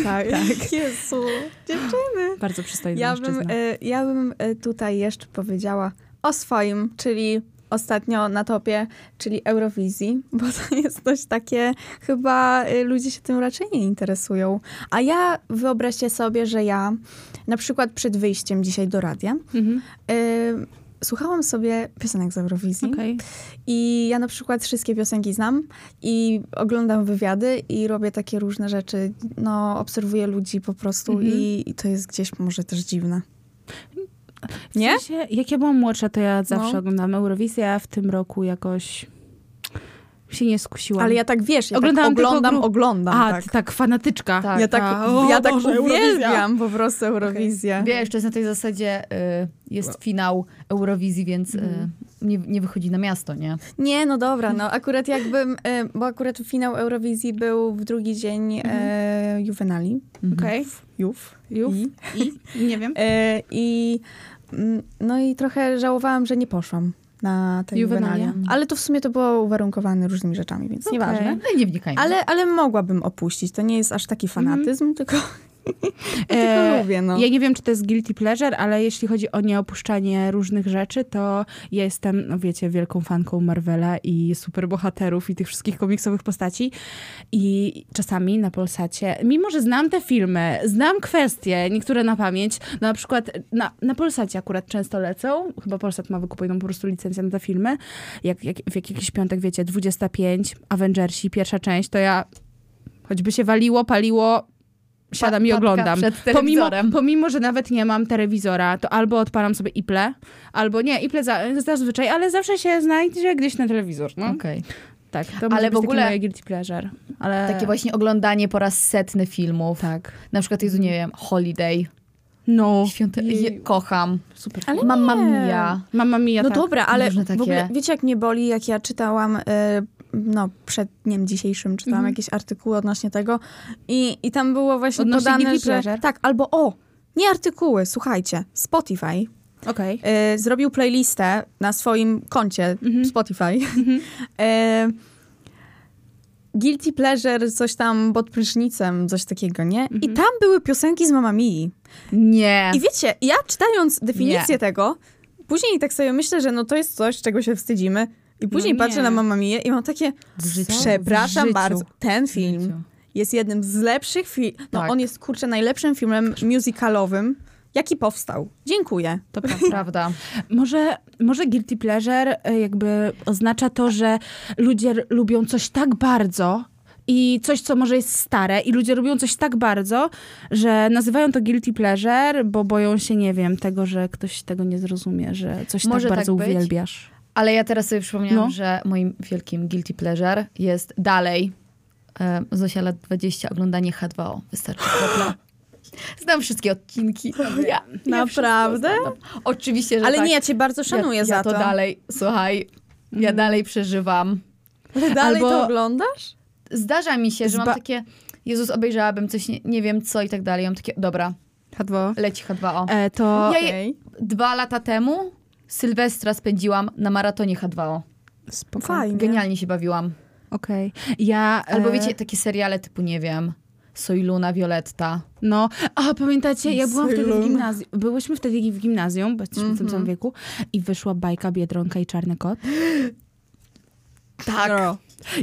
Speaker 4: Tak, tak. Jezu. Dziewczyny.
Speaker 5: Bardzo przystojny
Speaker 4: Ja
Speaker 5: mężczyzna.
Speaker 4: bym, e, ja bym e, tutaj jeszcze powiedziała o swoim, czyli ostatnio na topie, czyli Eurowizji, bo to jest dość takie, chyba e, ludzie się tym raczej nie interesują. A ja, wyobraźcie sobie, że ja na przykład przed wyjściem dzisiaj do radia
Speaker 5: Mhm.
Speaker 4: e, słuchałam sobie piosenek z Eurowizji.
Speaker 5: Okej.
Speaker 4: I ja na przykład wszystkie piosenki znam i oglądam wywiady i robię takie różne rzeczy. No, obserwuję ludzi po prostu
Speaker 5: Mhm.
Speaker 4: i, i to jest gdzieś może też dziwne.
Speaker 5: W
Speaker 4: Nie?
Speaker 5: Sensie, jak ja byłam młodsza, to ja zawsze
Speaker 4: No.
Speaker 5: oglądałam Eurowizję, a w tym roku jakoś się nie skusiłam.
Speaker 4: Ale ja tak wiesz, ja
Speaker 5: Oglądałam
Speaker 4: tak
Speaker 5: tylko
Speaker 4: oglądam,
Speaker 5: gru-
Speaker 4: oglądam.
Speaker 5: A,
Speaker 4: tak.
Speaker 5: ty tak, fanatyczka.
Speaker 2: Tak.
Speaker 4: ja tak,
Speaker 5: ta- o,
Speaker 4: ja tak
Speaker 5: Boże,
Speaker 4: uwielbiam po prostu Eurowizję.
Speaker 2: Wiesz, to jest na tej zasadzie, y, jest finał Eurowizji, więc y, nie, nie wychodzi na miasto, nie?
Speaker 4: Nie, no dobra, no akurat jakbym, e, bo akurat finał Eurowizji był w drugi dzień e, Juvenali.
Speaker 5: Okej.
Speaker 4: Jów.
Speaker 5: Mhm. Jów.
Speaker 4: I,
Speaker 5: I? Nie wiem.
Speaker 4: e, i mm, no i trochę żałowałam, że nie poszłam na te
Speaker 5: Juwenalia.
Speaker 4: Juvenalia. Ale to w sumie to było uwarunkowane różnymi rzeczami, więc nieważne.
Speaker 2: No i nie wnikajmy.
Speaker 4: Ale, ale mogłabym opuścić. To nie jest aż taki fanatyzm, tylko, tylko
Speaker 5: Mhm. E,
Speaker 4: lubię. No.
Speaker 5: Ja nie wiem, czy to jest guilty pleasure, ale jeśli chodzi o nieopuszczanie różnych rzeczy, to ja jestem, no wiecie, wielką fanką Marvela i superbohaterów i tych wszystkich komiksowych postaci. I czasami na Polsacie, mimo że znam te filmy, znam kwestie, niektóre na pamięć, no na przykład na, na Polsacie akurat często lecą, chyba Polsat ma wykupioną po prostu licencję na te filmy, jak, jak w jakiś piątek, wiecie, 25, Avengersi, pierwsza część, to ja choćby się waliło, paliło, siadam i
Speaker 2: Patka
Speaker 5: oglądam.
Speaker 2: przed
Speaker 5: Pomimo,
Speaker 2: telewizorem.
Speaker 5: pomimo, że nawet nie mam telewizora, to albo odpalam sobie iple, albo nie, iple za, zazwyczaj, ale zawsze się znajdzie gdzieś na telewizor. No.
Speaker 2: Okej.
Speaker 5: Tak, to ale w ogóle moje guilty pleasure. Ale...
Speaker 2: Takie właśnie oglądanie po raz setny filmów.
Speaker 5: E. Tak.
Speaker 2: Na przykład, Jezu, nie wiem, Holiday.
Speaker 5: No.
Speaker 2: Świąte... Je,
Speaker 5: Jej.
Speaker 2: kocham.
Speaker 5: Super.
Speaker 2: Mamma mia.
Speaker 5: Mama mia,
Speaker 4: no
Speaker 5: tak.
Speaker 4: dobra, ale
Speaker 2: różne
Speaker 4: w ogóle,
Speaker 2: takie-
Speaker 4: wiecie jak mnie boli, jak ja czytałam y, no, przed dniem dzisiejszym, czytałam
Speaker 5: Mhm.
Speaker 4: jakieś artykuły odnośnie tego i, i tam było właśnie
Speaker 5: Odnośnie
Speaker 4: podane,
Speaker 5: guilty
Speaker 4: że...
Speaker 5: pleasure?
Speaker 4: Tak, albo o, nie artykuły, słuchajcie, Spotify
Speaker 5: tak, Okej.
Speaker 4: e,
Speaker 2: Mhm.
Speaker 4: zrobił playlistę na swoim koncie Spotify. E, Guilty Pleasure, coś tam pod prysznicem, coś takiego, nie? I
Speaker 2: Mhm.
Speaker 4: tam były piosenki z Mamma Mii.
Speaker 2: Nie.
Speaker 4: I wiecie, ja czytając definicję tego, później tak sobie myślę, że no to jest coś, czego się wstydzimy.
Speaker 2: No
Speaker 4: I później
Speaker 5: nie.
Speaker 4: patrzę na Mamma Mia i mam takie, przepraszam bardzo, ten film jest jednym z lepszych filmów, no
Speaker 2: Tak.
Speaker 4: on jest, kurczę, najlepszym filmem musicalowym, jaki powstał. Dziękuję.
Speaker 2: To prawda.
Speaker 5: Może, może guilty pleasure e, jakby oznacza to, że ludzie r- lubią coś tak bardzo i coś, co może jest stare i ludzie lubią coś tak bardzo, że nazywają to guilty pleasure, bo boją się, nie wiem, tego, że ktoś tego nie zrozumie, że coś
Speaker 2: Może
Speaker 5: tak
Speaker 2: tak
Speaker 5: bardzo
Speaker 2: być.
Speaker 5: uwielbiasz.
Speaker 2: Ale ja teraz sobie przypomniałam,
Speaker 5: No.
Speaker 2: że moim wielkim guilty pleasure jest dalej. E, Zosia lat 20, oglądanie H2O. Wystarczy kropla. Znam wszystkie odcinki. Ja, ja wszystko
Speaker 4: Naprawdę?
Speaker 2: znam. Oczywiście, że
Speaker 4: No, Ale
Speaker 2: tak.
Speaker 4: nie, ja cię bardzo szanuję
Speaker 2: ja,
Speaker 4: za
Speaker 2: ja
Speaker 4: to.
Speaker 2: to dalej, słuchaj, ja dalej przeżywam.
Speaker 4: Ale dalej
Speaker 2: Albo-
Speaker 4: to oglądasz?
Speaker 2: Zdarza mi się, że mam
Speaker 5: Zba-
Speaker 2: takie, Jezus, obejrzałabym coś, nie, nie wiem co i tak dalej. Ja mam takie, dobra,
Speaker 5: H2O.
Speaker 2: leci H2O.
Speaker 5: E, to
Speaker 2: Ja je-
Speaker 4: Okej.
Speaker 2: Dwa lata temu Sylwestra spędziłam na maratonie H2O.
Speaker 5: spokojnie.
Speaker 4: Fajnie.
Speaker 2: Genialnie się bawiłam.
Speaker 5: Okej. Ja... e,
Speaker 2: Albo wiecie, takie seriale typu, nie wiem, Sojluna, Violetta.
Speaker 5: No, a pamiętacie, ja byłam wtedy w
Speaker 4: Sylona.
Speaker 5: gimnazjum. Byłyśmy wtedy w gimnazjum, bo jesteśmy w tym
Speaker 2: Mhm.
Speaker 5: samym wieku, i wyszła bajka Biedronka i Czarny Kot.
Speaker 2: Tak.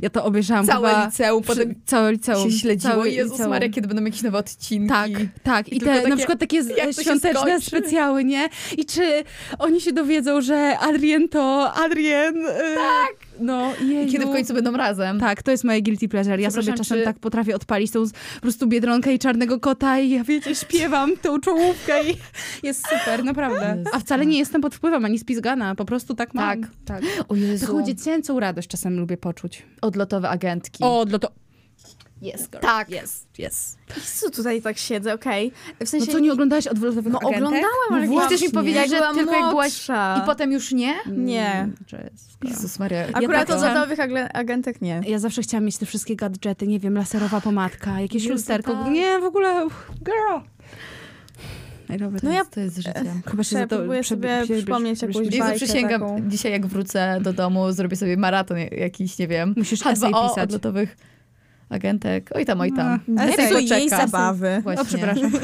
Speaker 5: Ja to obejrzałam
Speaker 2: Całe
Speaker 5: chyba
Speaker 2: liceum,
Speaker 5: przy-
Speaker 2: potem
Speaker 5: całe liceum.
Speaker 2: się śledziło.
Speaker 5: całe
Speaker 2: Jezus
Speaker 5: liceum.
Speaker 2: Maria, kiedy będą jakieś nowe odcinki.
Speaker 5: Tak, tak. I,
Speaker 2: I
Speaker 5: te
Speaker 2: tylko
Speaker 5: na
Speaker 2: takie,
Speaker 5: przykład takie z-
Speaker 2: jak to się
Speaker 5: świąteczne
Speaker 2: skończy?
Speaker 5: specjały, nie? I czy oni się dowiedzą, że Adrien to Adrien. Tak. No, jeju.
Speaker 2: I kiedy w końcu będą razem.
Speaker 4: Mhm.
Speaker 5: Tak, to jest moje guilty pleasure. Ja sobie
Speaker 2: Przepraszam,
Speaker 5: czasem
Speaker 2: czy-
Speaker 5: tak potrafię odpalić tą z, po prostu biedronkę i czarnego kota i ja wiecie, śpiewam tą czołówkę i jest super, naprawdę. A wcale nie jestem pod wpływem ani spizgana, po prostu tak mam.
Speaker 2: Tak.
Speaker 5: tak.
Speaker 2: O Jezu,
Speaker 5: Taką dziecięcą radość czasem lubię poczuć.
Speaker 2: odlotowe agentki.
Speaker 5: O,
Speaker 4: no
Speaker 5: dla to...
Speaker 2: jest. Tak.
Speaker 5: Jest, jest.
Speaker 4: Co tutaj tak siedzę, okej. W
Speaker 5: No
Speaker 4: sensie...
Speaker 5: co, nie oglądałaś odwrotowych
Speaker 4: No
Speaker 5: agentek?
Speaker 4: oglądałam, ale
Speaker 5: właśnie.
Speaker 2: Chcesz mi powiedzieć, że
Speaker 4: byłam
Speaker 2: tylko jak byłaś
Speaker 4: młodsza.
Speaker 2: i potem już nie?
Speaker 5: Mm,
Speaker 4: Nie.
Speaker 2: Jezus Maria.
Speaker 4: Akurat
Speaker 5: tak
Speaker 4: o zadowych agentek nie.
Speaker 5: Ja zawsze chciałam mieć te wszystkie gadżety, nie wiem, laserowa pomadka, jakieś lusterko.
Speaker 4: tak.
Speaker 5: Nie, w ogóle, uff, girl. I dobra,
Speaker 4: No
Speaker 5: to
Speaker 4: ja-
Speaker 5: jest-
Speaker 2: to jest życie.
Speaker 5: chyba się
Speaker 4: Ja
Speaker 5: za to
Speaker 4: próbuję
Speaker 5: przebi-
Speaker 4: sobie
Speaker 5: przebi-
Speaker 4: przypomnieć
Speaker 5: przebi-
Speaker 4: jakąś
Speaker 5: przebi-
Speaker 2: Jezu,
Speaker 4: bajkę
Speaker 2: przysięgam,
Speaker 4: taką.
Speaker 2: dzisiaj jak wrócę do domu, zrobię sobie maraton jakiś, nie wiem.
Speaker 5: Musisz esej
Speaker 2: H2O
Speaker 5: pisać.
Speaker 2: odlotowych agentek. Oj tam, oj tam.
Speaker 5: A,
Speaker 4: Nie
Speaker 5: esej.
Speaker 4: psuj jej
Speaker 2: poczeka.
Speaker 4: zabawy.
Speaker 2: Właśnie.
Speaker 5: O, No, przepraszam.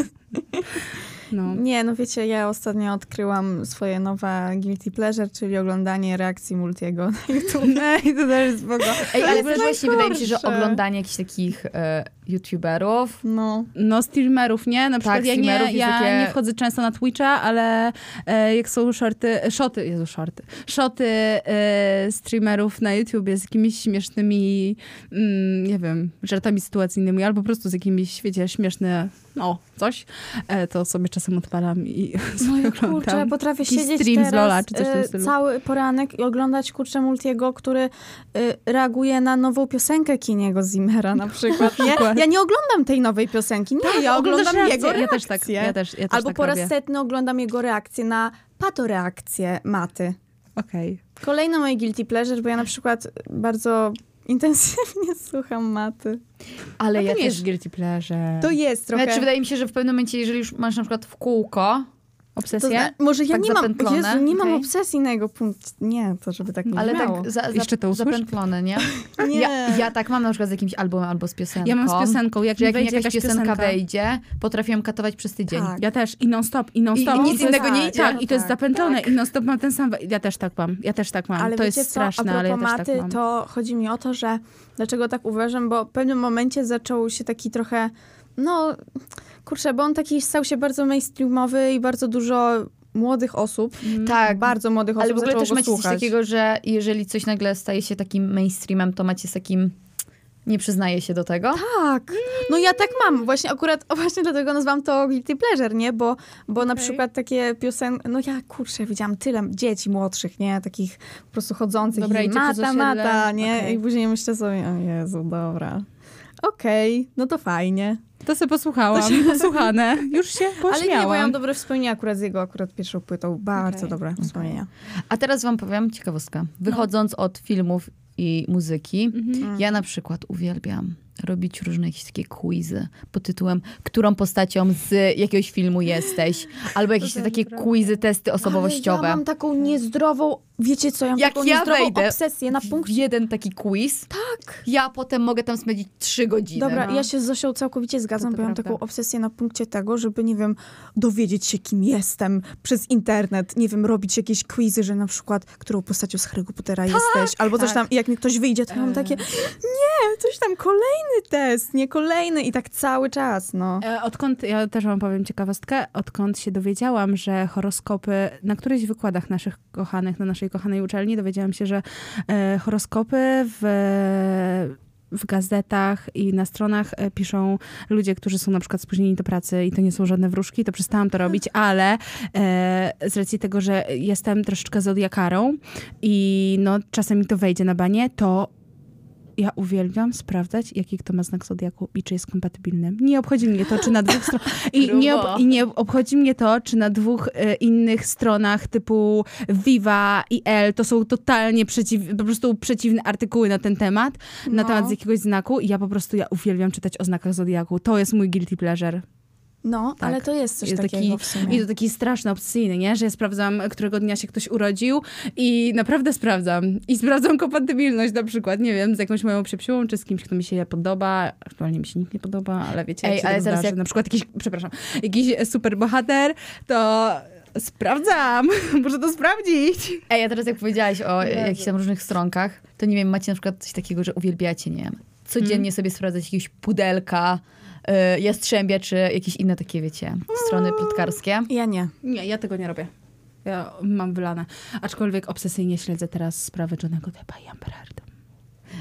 Speaker 5: No.
Speaker 4: Nie, no wiecie, ja ostatnio odkryłam swoje nowe guilty pleasure, czyli oglądanie reakcji Multiego na YouTube. I to też jest spoko.
Speaker 2: Ej, ale
Speaker 4: To
Speaker 2: też
Speaker 4: jest
Speaker 2: właśnie wydaje mi się, że
Speaker 4: najgorsze.
Speaker 2: oglądanie jakichś takich e, youtuberów,
Speaker 4: No.
Speaker 5: No, streamerów nie, na
Speaker 4: Tak,
Speaker 5: przykład ja,
Speaker 2: streamerów
Speaker 5: nie,
Speaker 2: jest
Speaker 5: ja
Speaker 2: takie-
Speaker 5: nie wchodzę często na Twitcha, ale e, jak są shorty, shoty, Jezu, shorty, shoty e, streamerów na YouTubie z jakimiś śmiesznymi, mm, nie wiem, żartami sytuacyjnymi, albo po prostu z jakimiś, wiecie, śmieszne, no, coś, e, to sobie czasem odpalam i sobie oglądam.
Speaker 4: Kurczę, potrafię
Speaker 5: Jakiś
Speaker 4: siedzieć
Speaker 5: stream z
Speaker 4: teraz
Speaker 5: Lola, czy coś w tym
Speaker 4: e,
Speaker 5: stylu.
Speaker 4: cały poranek i oglądać kurczę Multiego, który e, reaguje na nową piosenkę Kiniego Zimmera na przykład. Nie? Ja nie oglądam tej nowej piosenki, nie,
Speaker 2: Tak,
Speaker 4: ja
Speaker 5: Tak, Oglądasz
Speaker 4: oglądam
Speaker 5: reakcje.
Speaker 4: jego reakcję.
Speaker 5: Ja też tak, ja też, ja też
Speaker 4: Albo
Speaker 5: tak
Speaker 4: po raz
Speaker 5: robię.
Speaker 4: setny oglądam jego reakcję na patoreakcję Maty.
Speaker 5: Okej.
Speaker 4: Kolejne moje guilty pleasure, bo ja na przykład bardzo intensywnie słucham maty.
Speaker 2: ale
Speaker 5: Ale
Speaker 2: ja
Speaker 5: No to nie
Speaker 2: też...
Speaker 5: jest guilty pleasure.
Speaker 4: To jest trochę...
Speaker 2: Znaczy wydaje mi się, że w pewnym momencie, jeżeli już masz na przykład w kółko
Speaker 4: to
Speaker 2: obsesję,
Speaker 4: zna- może ja
Speaker 2: Tak
Speaker 4: nie mam,
Speaker 2: zapętlone,
Speaker 4: Jezu, nie mam
Speaker 2: okej.
Speaker 4: obsesji na jego punkt. Nie, to żeby tak nie
Speaker 2: ale
Speaker 4: brzmiało.
Speaker 2: tak za, za,
Speaker 5: Jeszcze to usłyszę?
Speaker 2: zapętlone, nie?
Speaker 4: Nie.
Speaker 2: Ja, ja tak mam na przykład z jakimś albumem albo z piosenką.
Speaker 5: ja mam z piosenką, jak,
Speaker 2: Że jak mi
Speaker 5: wejdzie
Speaker 2: jakaś, piosenka, wejdzie, potrafiłam katować przez tydzień.
Speaker 4: Tak.
Speaker 5: Ja też i non stop, i non
Speaker 2: I-
Speaker 5: stop.
Speaker 2: i nic
Speaker 5: to jest-
Speaker 2: innego nie idzie.
Speaker 5: Tak, i to jest
Speaker 4: Tak.
Speaker 5: zapętlone, i non stop mam ten sam. Ja też tak mam, ja też tak mam.
Speaker 4: Ale
Speaker 5: to
Speaker 4: wiecie
Speaker 5: jest
Speaker 4: co? A
Speaker 5: straszne,
Speaker 4: propos
Speaker 5: ale ja też
Speaker 4: maty,
Speaker 5: tak mam.
Speaker 4: to chodzi mi o to, że dlaczego tak uważam, bo w pewnym momencie zaczął się taki trochę, no kurczę, bo on taki stał się bardzo mainstreamowy i bardzo dużo młodych osób,
Speaker 2: tak
Speaker 4: bardzo młodych
Speaker 2: Ale
Speaker 4: osób
Speaker 2: w ogóle
Speaker 4: zaczęło
Speaker 2: też
Speaker 4: go
Speaker 2: macie coś
Speaker 4: słuchać.
Speaker 2: takiego, że jeżeli coś nagle staje się takim mainstreamem, to macie z takim nie przyznaje się do tego.
Speaker 4: Tak. No ja tak mam. Właśnie akurat, o właśnie dlatego nazwam to guilty pleasure, nie? Bo, bo na przykład takie piosenki, no ja kurczę, widziałam tyle dzieci młodszych, nie? Takich po prostu chodzących
Speaker 5: Dobra,
Speaker 4: i
Speaker 5: idzie przez
Speaker 4: mata,
Speaker 5: osiedle.
Speaker 4: mata, nie?
Speaker 5: Okej.
Speaker 4: I później myślę sobie, o Jezu, dobra. Okej, no to fajnie.
Speaker 5: To sobie posłuchałam, posłuchane. Już się
Speaker 4: Ale nie, bo ja
Speaker 5: pośmiałam.
Speaker 4: mam dobre wspomnienia akurat z jego akurat pierwszą płytą. Bardzo
Speaker 5: Okej.
Speaker 4: dobre wspomnienia.
Speaker 2: A teraz wam powiem ciekawostkę. Wychodząc od filmów i muzyki, ja na przykład uwielbiam robić różne jakieś takie quizy pod tytułem, którą postacią z jakiegoś filmu jesteś, albo jakieś takie quizy, testy osobowościowe.
Speaker 4: Ale ja mam taką niezdrową Wiecie co, ja mam
Speaker 2: Jak
Speaker 4: taką
Speaker 2: ja
Speaker 4: niezdrową
Speaker 2: wejdę
Speaker 4: obsesję na punkt.
Speaker 2: jeden taki quiz. Tak. Ja potem mogę tam spędzić trzy godziny.
Speaker 4: Dobra,
Speaker 2: No.
Speaker 4: ja się z Zosią całkowicie zgadzam,
Speaker 2: To- to
Speaker 4: bo ja mam
Speaker 2: prawda.
Speaker 4: taką obsesję na punkcie tego, żeby, nie wiem, dowiedzieć się, kim jestem przez internet, nie wiem, robić jakieś quizy, że na przykład, którą postacią z Harry'ego Pottera jesteś, albo coś
Speaker 2: tak.
Speaker 4: tam, i jak mi ktoś wyjdzie, to ja mam takie, nie, coś tam, kolejny test, nie kolejny i tak cały czas, no.
Speaker 5: E, Odkąd, ja też wam powiem ciekawostkę, odkąd się dowiedziałam, że horoskopy, na którychś wykładach naszych kochanych, na naszej kochanej uczelni, dowiedziałam się, że e, horoskopy w, w gazetach i na stronach e, piszą ludzie, którzy są na przykład spóźnieni do pracy i to nie są żadne wróżki, to przestałam to robić, ale e, z racji tego, że jestem troszeczkę zodiakarą i no, czasem mi to wejdzie na banie, to ja uwielbiam sprawdzać, jaki kto ma znak zodiaku i czy jest kompatybilny. Nie obchodzi mnie to, czy na dwóch stronach. I nie, ob- I nie obchodzi mnie to, czy na dwóch e, innych stronach typu Viva i L to są totalnie przeciw, po prostu przeciwne artykuły na ten temat, na
Speaker 4: No.
Speaker 5: temat z jakiegoś znaku. I ja po prostu ja uwielbiam czytać o znakach zodiaku. To jest mój guilty pleasure.
Speaker 4: No,
Speaker 5: Tak.
Speaker 4: ale to jest coś
Speaker 5: Jest taki-
Speaker 4: takiego w sumie.
Speaker 5: I to taki straszny, obsesyjny, nie? Że ja sprawdzam, którego dnia się ktoś urodził i naprawdę sprawdzam. I sprawdzam kompatybilność na przykład, nie wiem, z jakąś moją psiepsiłą, czy z kimś, kto mi się podoba. Aktualnie mi się nikt nie podoba, ale wiecie,
Speaker 2: Ej,
Speaker 5: jak się
Speaker 2: ale
Speaker 5: tak
Speaker 2: zaraz
Speaker 5: zdarzy.
Speaker 2: jak-
Speaker 5: Na przykład jakiś, przepraszam, jakiś superbohater, to sprawdzam. Muszę to sprawdzić.
Speaker 2: Ej, a teraz jak powiedziałaś o jakichś tam różnych stronkach, to nie wiem, macie na przykład coś takiego, że uwielbiacie, nie wiem, codziennie
Speaker 5: Hmm?
Speaker 2: sobie sprawdzać jakiegoś pudelka, y, jastrzębia, czy jakieś inne takie, wiecie, strony
Speaker 5: Mm.
Speaker 2: plotkarskie.
Speaker 4: Ja nie.
Speaker 5: Nie, ja tego nie robię. Ja mam wylane. Aczkolwiek obsesyjnie śledzę teraz sprawę Johnego Deppa i Amber Heard.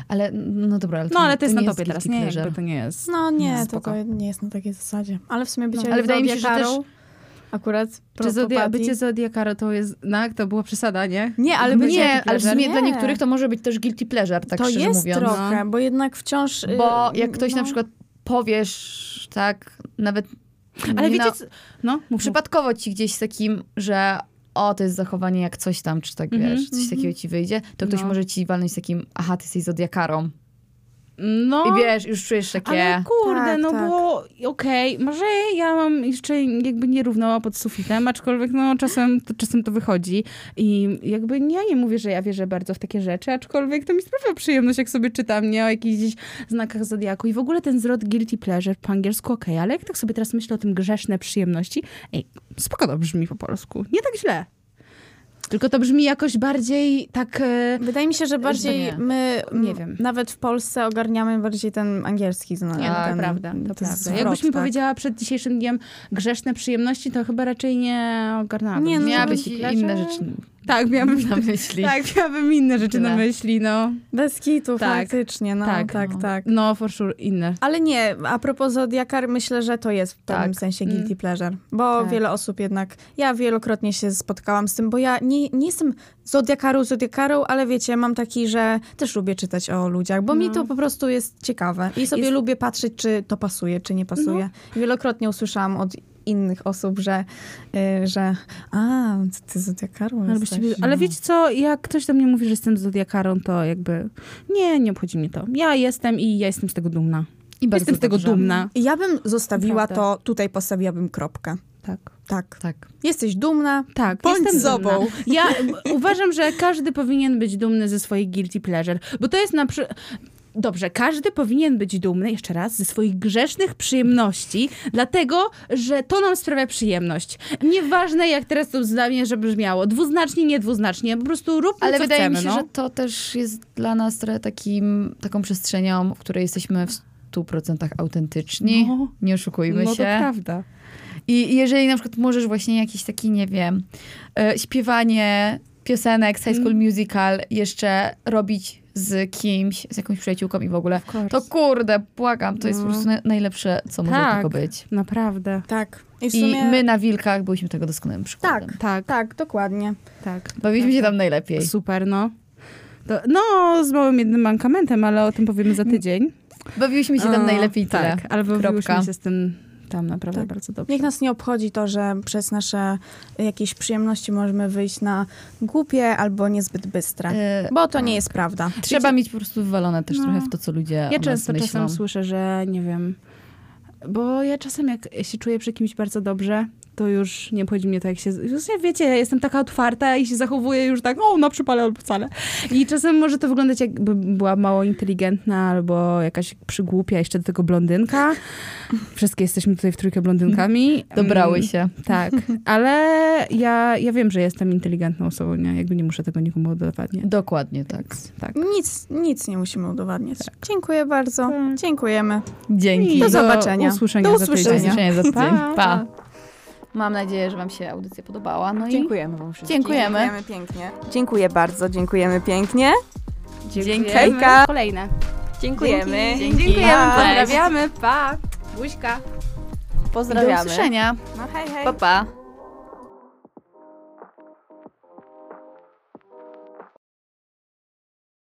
Speaker 2: Ale, no dobra, ale to,
Speaker 5: No, ale to jest na
Speaker 2: nie
Speaker 5: topie teraz,
Speaker 2: guilty
Speaker 5: nie?
Speaker 2: pleasure.
Speaker 5: Jakby to nie jest...
Speaker 4: No nie, to,
Speaker 5: spoko.
Speaker 4: to nie jest na takiej zasadzie. Ale w sumie bycie
Speaker 2: ale wydaje mi się, że
Speaker 4: zodiakarą akurat
Speaker 5: Czy
Speaker 4: pro-
Speaker 5: zodia-
Speaker 4: popadli.
Speaker 5: bycie zodiakara to jest znak, to była przesada, nie?
Speaker 4: Nie, ale bycie...
Speaker 2: No nie, ale w sumie dla
Speaker 4: Nie.
Speaker 2: niektórych to może być też guilty pleasure, tak
Speaker 4: to
Speaker 2: szczerze
Speaker 4: jest
Speaker 2: mówiąc.
Speaker 4: trochę, bo jednak wciąż... y,
Speaker 2: Bo jak ktoś
Speaker 4: no.
Speaker 2: na przykład powiesz, tak, nawet nie
Speaker 5: Ale wiecie,
Speaker 2: na-
Speaker 5: co... no, mów, mów.
Speaker 2: przypadkowo ci gdzieś z takim, że o, to jest zachowanie jak coś tam, czy tak
Speaker 5: Mhm,
Speaker 2: wiesz, coś takiego ci wyjdzie, to ktoś
Speaker 5: No.
Speaker 2: może ci walnąć z takim, aha, ty jesteś zodiakarą.
Speaker 5: no.
Speaker 2: I wiesz, już czujesz takie...
Speaker 5: Ale kurde,
Speaker 4: Tak,
Speaker 5: no
Speaker 4: tak.
Speaker 5: bo okej, może ja mam jeszcze jakby nierówno pod sufitem, aczkolwiek no czasem to, czasem to wychodzi i jakby ja nie mówię, że ja wierzę bardzo w takie rzeczy, aczkolwiek to mi sprawia przyjemność, jak sobie czytam, nie, o jakichś gdzieś znakach zodiaku i w ogóle ten zwrot guilty pleasure po angielsku okej, ale jak tak sobie teraz myślę o tym grzeszne przyjemności, ej, spoko to brzmi po polsku, nie tak źle. Tylko to brzmi jakoś bardziej tak... E,
Speaker 4: Wydaje mi się, że bardziej
Speaker 2: nie.
Speaker 4: my m,
Speaker 5: Nie wiem.
Speaker 4: nawet w Polsce ogarniamy bardziej ten angielski znak.
Speaker 5: Nie, no,
Speaker 4: ten,
Speaker 5: to prawda, to
Speaker 4: jest
Speaker 5: prawda.
Speaker 4: zwrot,
Speaker 5: Jakbyś mi
Speaker 4: tak.
Speaker 5: powiedziała przed dzisiejszym dniem grzeszne przyjemności, to chyba raczej nie ogarnęłabym.
Speaker 4: Nie, no,
Speaker 5: Miała
Speaker 4: żeby
Speaker 2: Miałabyś
Speaker 5: być
Speaker 2: inne rzeczy
Speaker 5: Tak, miałabym,
Speaker 2: na myśli.
Speaker 5: tak, miałabym inne rzeczy na
Speaker 2: Tyle.
Speaker 5: myśli, no.
Speaker 4: Bez kitu,
Speaker 5: Tak.
Speaker 4: faktycznie, no,
Speaker 5: Tak,
Speaker 4: tak, tak,
Speaker 2: no.
Speaker 5: No, for sure, inne.
Speaker 4: Ale nie, a propos Zodiakar, myślę, że to jest w pewnym
Speaker 2: Tak.
Speaker 4: sensie
Speaker 5: Mm.
Speaker 4: guilty pleasure, bo
Speaker 5: Tak.
Speaker 4: wiele osób jednak, ja wielokrotnie się spotkałam z tym, bo ja nie, nie jestem Zodiakarą, Zodiakarą, ale wiecie, mam taki, że też lubię czytać o ludziach, bo mi
Speaker 5: No.
Speaker 4: to po prostu jest ciekawe i sobie
Speaker 5: Jest- No.
Speaker 4: lubię patrzeć, czy to pasuje, czy nie pasuje. Wielokrotnie usłyszałam od innych osób, że, y, że a, ty, ty Zodiakarą
Speaker 5: Ale,
Speaker 4: jesteś.
Speaker 5: byście- ale
Speaker 4: No.
Speaker 5: wiecie co, jak ktoś do mnie mówi, że jestem zodiakarą, to jakby nie, nie obchodzi mnie to. Ja jestem i ja jestem z tego dumna.
Speaker 2: I bardzo
Speaker 5: jestem z tego
Speaker 2: dobrze.
Speaker 5: dumna.
Speaker 4: I Ja bym zostawiła
Speaker 5: Naprawdę.
Speaker 4: to, tutaj postawiłabym kropkę.
Speaker 5: Tak.
Speaker 4: Tak.
Speaker 2: Tak.
Speaker 4: Jesteś dumna,
Speaker 5: Tak,
Speaker 4: Bądź
Speaker 5: jestem
Speaker 4: sobą.
Speaker 5: dumna. Ja uważam, że każdy powinien być dumny ze swoich guilty pleasure, bo to jest na przy... Dobrze, każdy powinien być dumny, jeszcze raz, ze swoich grzesznych przyjemności, dlatego, że to nam sprawia przyjemność. Nieważne, jak teraz to zdanie, że brzmiało. Dwuznacznie, niedwuznacznie, po prostu róbmy,
Speaker 2: Ale
Speaker 5: co
Speaker 2: wydaje
Speaker 5: chcemy,
Speaker 2: mi się,
Speaker 5: no.
Speaker 2: że to też jest dla nas trochę takim, taką przestrzenią, w której jesteśmy w 100% autentyczni.
Speaker 5: No.
Speaker 2: Nie oszukujmy
Speaker 5: No to
Speaker 2: się.
Speaker 5: prawda.
Speaker 2: I jeżeli na przykład możesz właśnie jakiś taki, nie wiem, e, śpiewanie piosenek z High School
Speaker 5: Mm.
Speaker 2: Musical jeszcze robić z kimś, z jakąś przyjaciółką i w ogóle,
Speaker 5: course. No.
Speaker 2: to kurde, błagam, to jest po prostu na- najlepsze, co może
Speaker 5: Tak.
Speaker 2: tylko być.
Speaker 5: Naprawdę.
Speaker 4: Tak. I w
Speaker 2: I
Speaker 4: sumie...
Speaker 2: my na Wilkach byliśmy tego doskonałym przykładem.
Speaker 4: Tak,
Speaker 5: Tak,
Speaker 4: tak, dokładnie.
Speaker 5: tak.
Speaker 2: Bawiliśmy się tam najlepiej.
Speaker 5: Super, no. To, no, z małym jednym mankamentem, ale o tym powiemy za tydzień.
Speaker 2: Bawiliśmy się tam
Speaker 5: O,
Speaker 2: najlepiej tyle.
Speaker 5: Tak, ale
Speaker 2: Kropka.
Speaker 5: bawiłyśmy się z tym tam naprawdę
Speaker 4: Tak.
Speaker 5: bardzo dobrze.
Speaker 4: Niech nas nie obchodzi to, że przez nasze jakieś przyjemności możemy wyjść na głupie albo niezbyt bystre.
Speaker 2: E,
Speaker 4: Bo to nie jest prawda.
Speaker 2: Trzeba mieć po prostu wywalone też
Speaker 5: No.
Speaker 2: trochę w to, co ludzie o
Speaker 5: Ja
Speaker 2: nas
Speaker 5: często
Speaker 2: myślą.
Speaker 5: czasem słyszę, że nie wiem, bo ja czasem jak się czuję przy kimś bardzo dobrze, to już nie obchodzi mnie to, jak się... Już nie wiecie, ja jestem taka otwarta i się zachowuję już tak, o, na przypale albo wcale. I czasem może to wyglądać jakby była mało inteligentna albo jakaś przygłupia, jeszcze do tego blondynka. Wszystkie jesteśmy tutaj w trójkę blondynkami.
Speaker 2: Dobrały się.
Speaker 5: Tak, ale ja, ja wiem, że jestem inteligentną osobą, nie? Jakby nie muszę tego nikomu udowadniać.
Speaker 2: Dokładnie tak.
Speaker 5: Tak.
Speaker 4: Nic, nic nie musimy udowadniać. Dziękuję bardzo.
Speaker 2: Tak.
Speaker 4: Dziękujemy.
Speaker 2: Dzięki.
Speaker 5: I
Speaker 4: Do zobaczenia.
Speaker 5: usłyszenia
Speaker 4: Do
Speaker 5: za
Speaker 2: Do
Speaker 5: tydzień.
Speaker 2: usłyszenia za tydzień.
Speaker 5: Pa.
Speaker 2: Pa. Mam nadzieję, że wam się audycja podobała. No
Speaker 1: Dziękujemy wam
Speaker 2: i
Speaker 1: wszystkim.
Speaker 2: dziękujemy.
Speaker 4: Dziękujemy pięknie.
Speaker 3: Dziękuję bardzo, dziękujemy pięknie.
Speaker 2: Dzięki.
Speaker 3: Hejka!
Speaker 5: Kolejne.
Speaker 3: Dziękujemy.
Speaker 2: Dzięki.
Speaker 3: Dziękujemy,
Speaker 2: Pa.
Speaker 3: pozdrawiamy.
Speaker 5: Pa! Buźka!
Speaker 2: Do
Speaker 3: Pozdrawiamy.
Speaker 2: usłyszenia.
Speaker 3: No hej, hej.
Speaker 2: Pa, pa.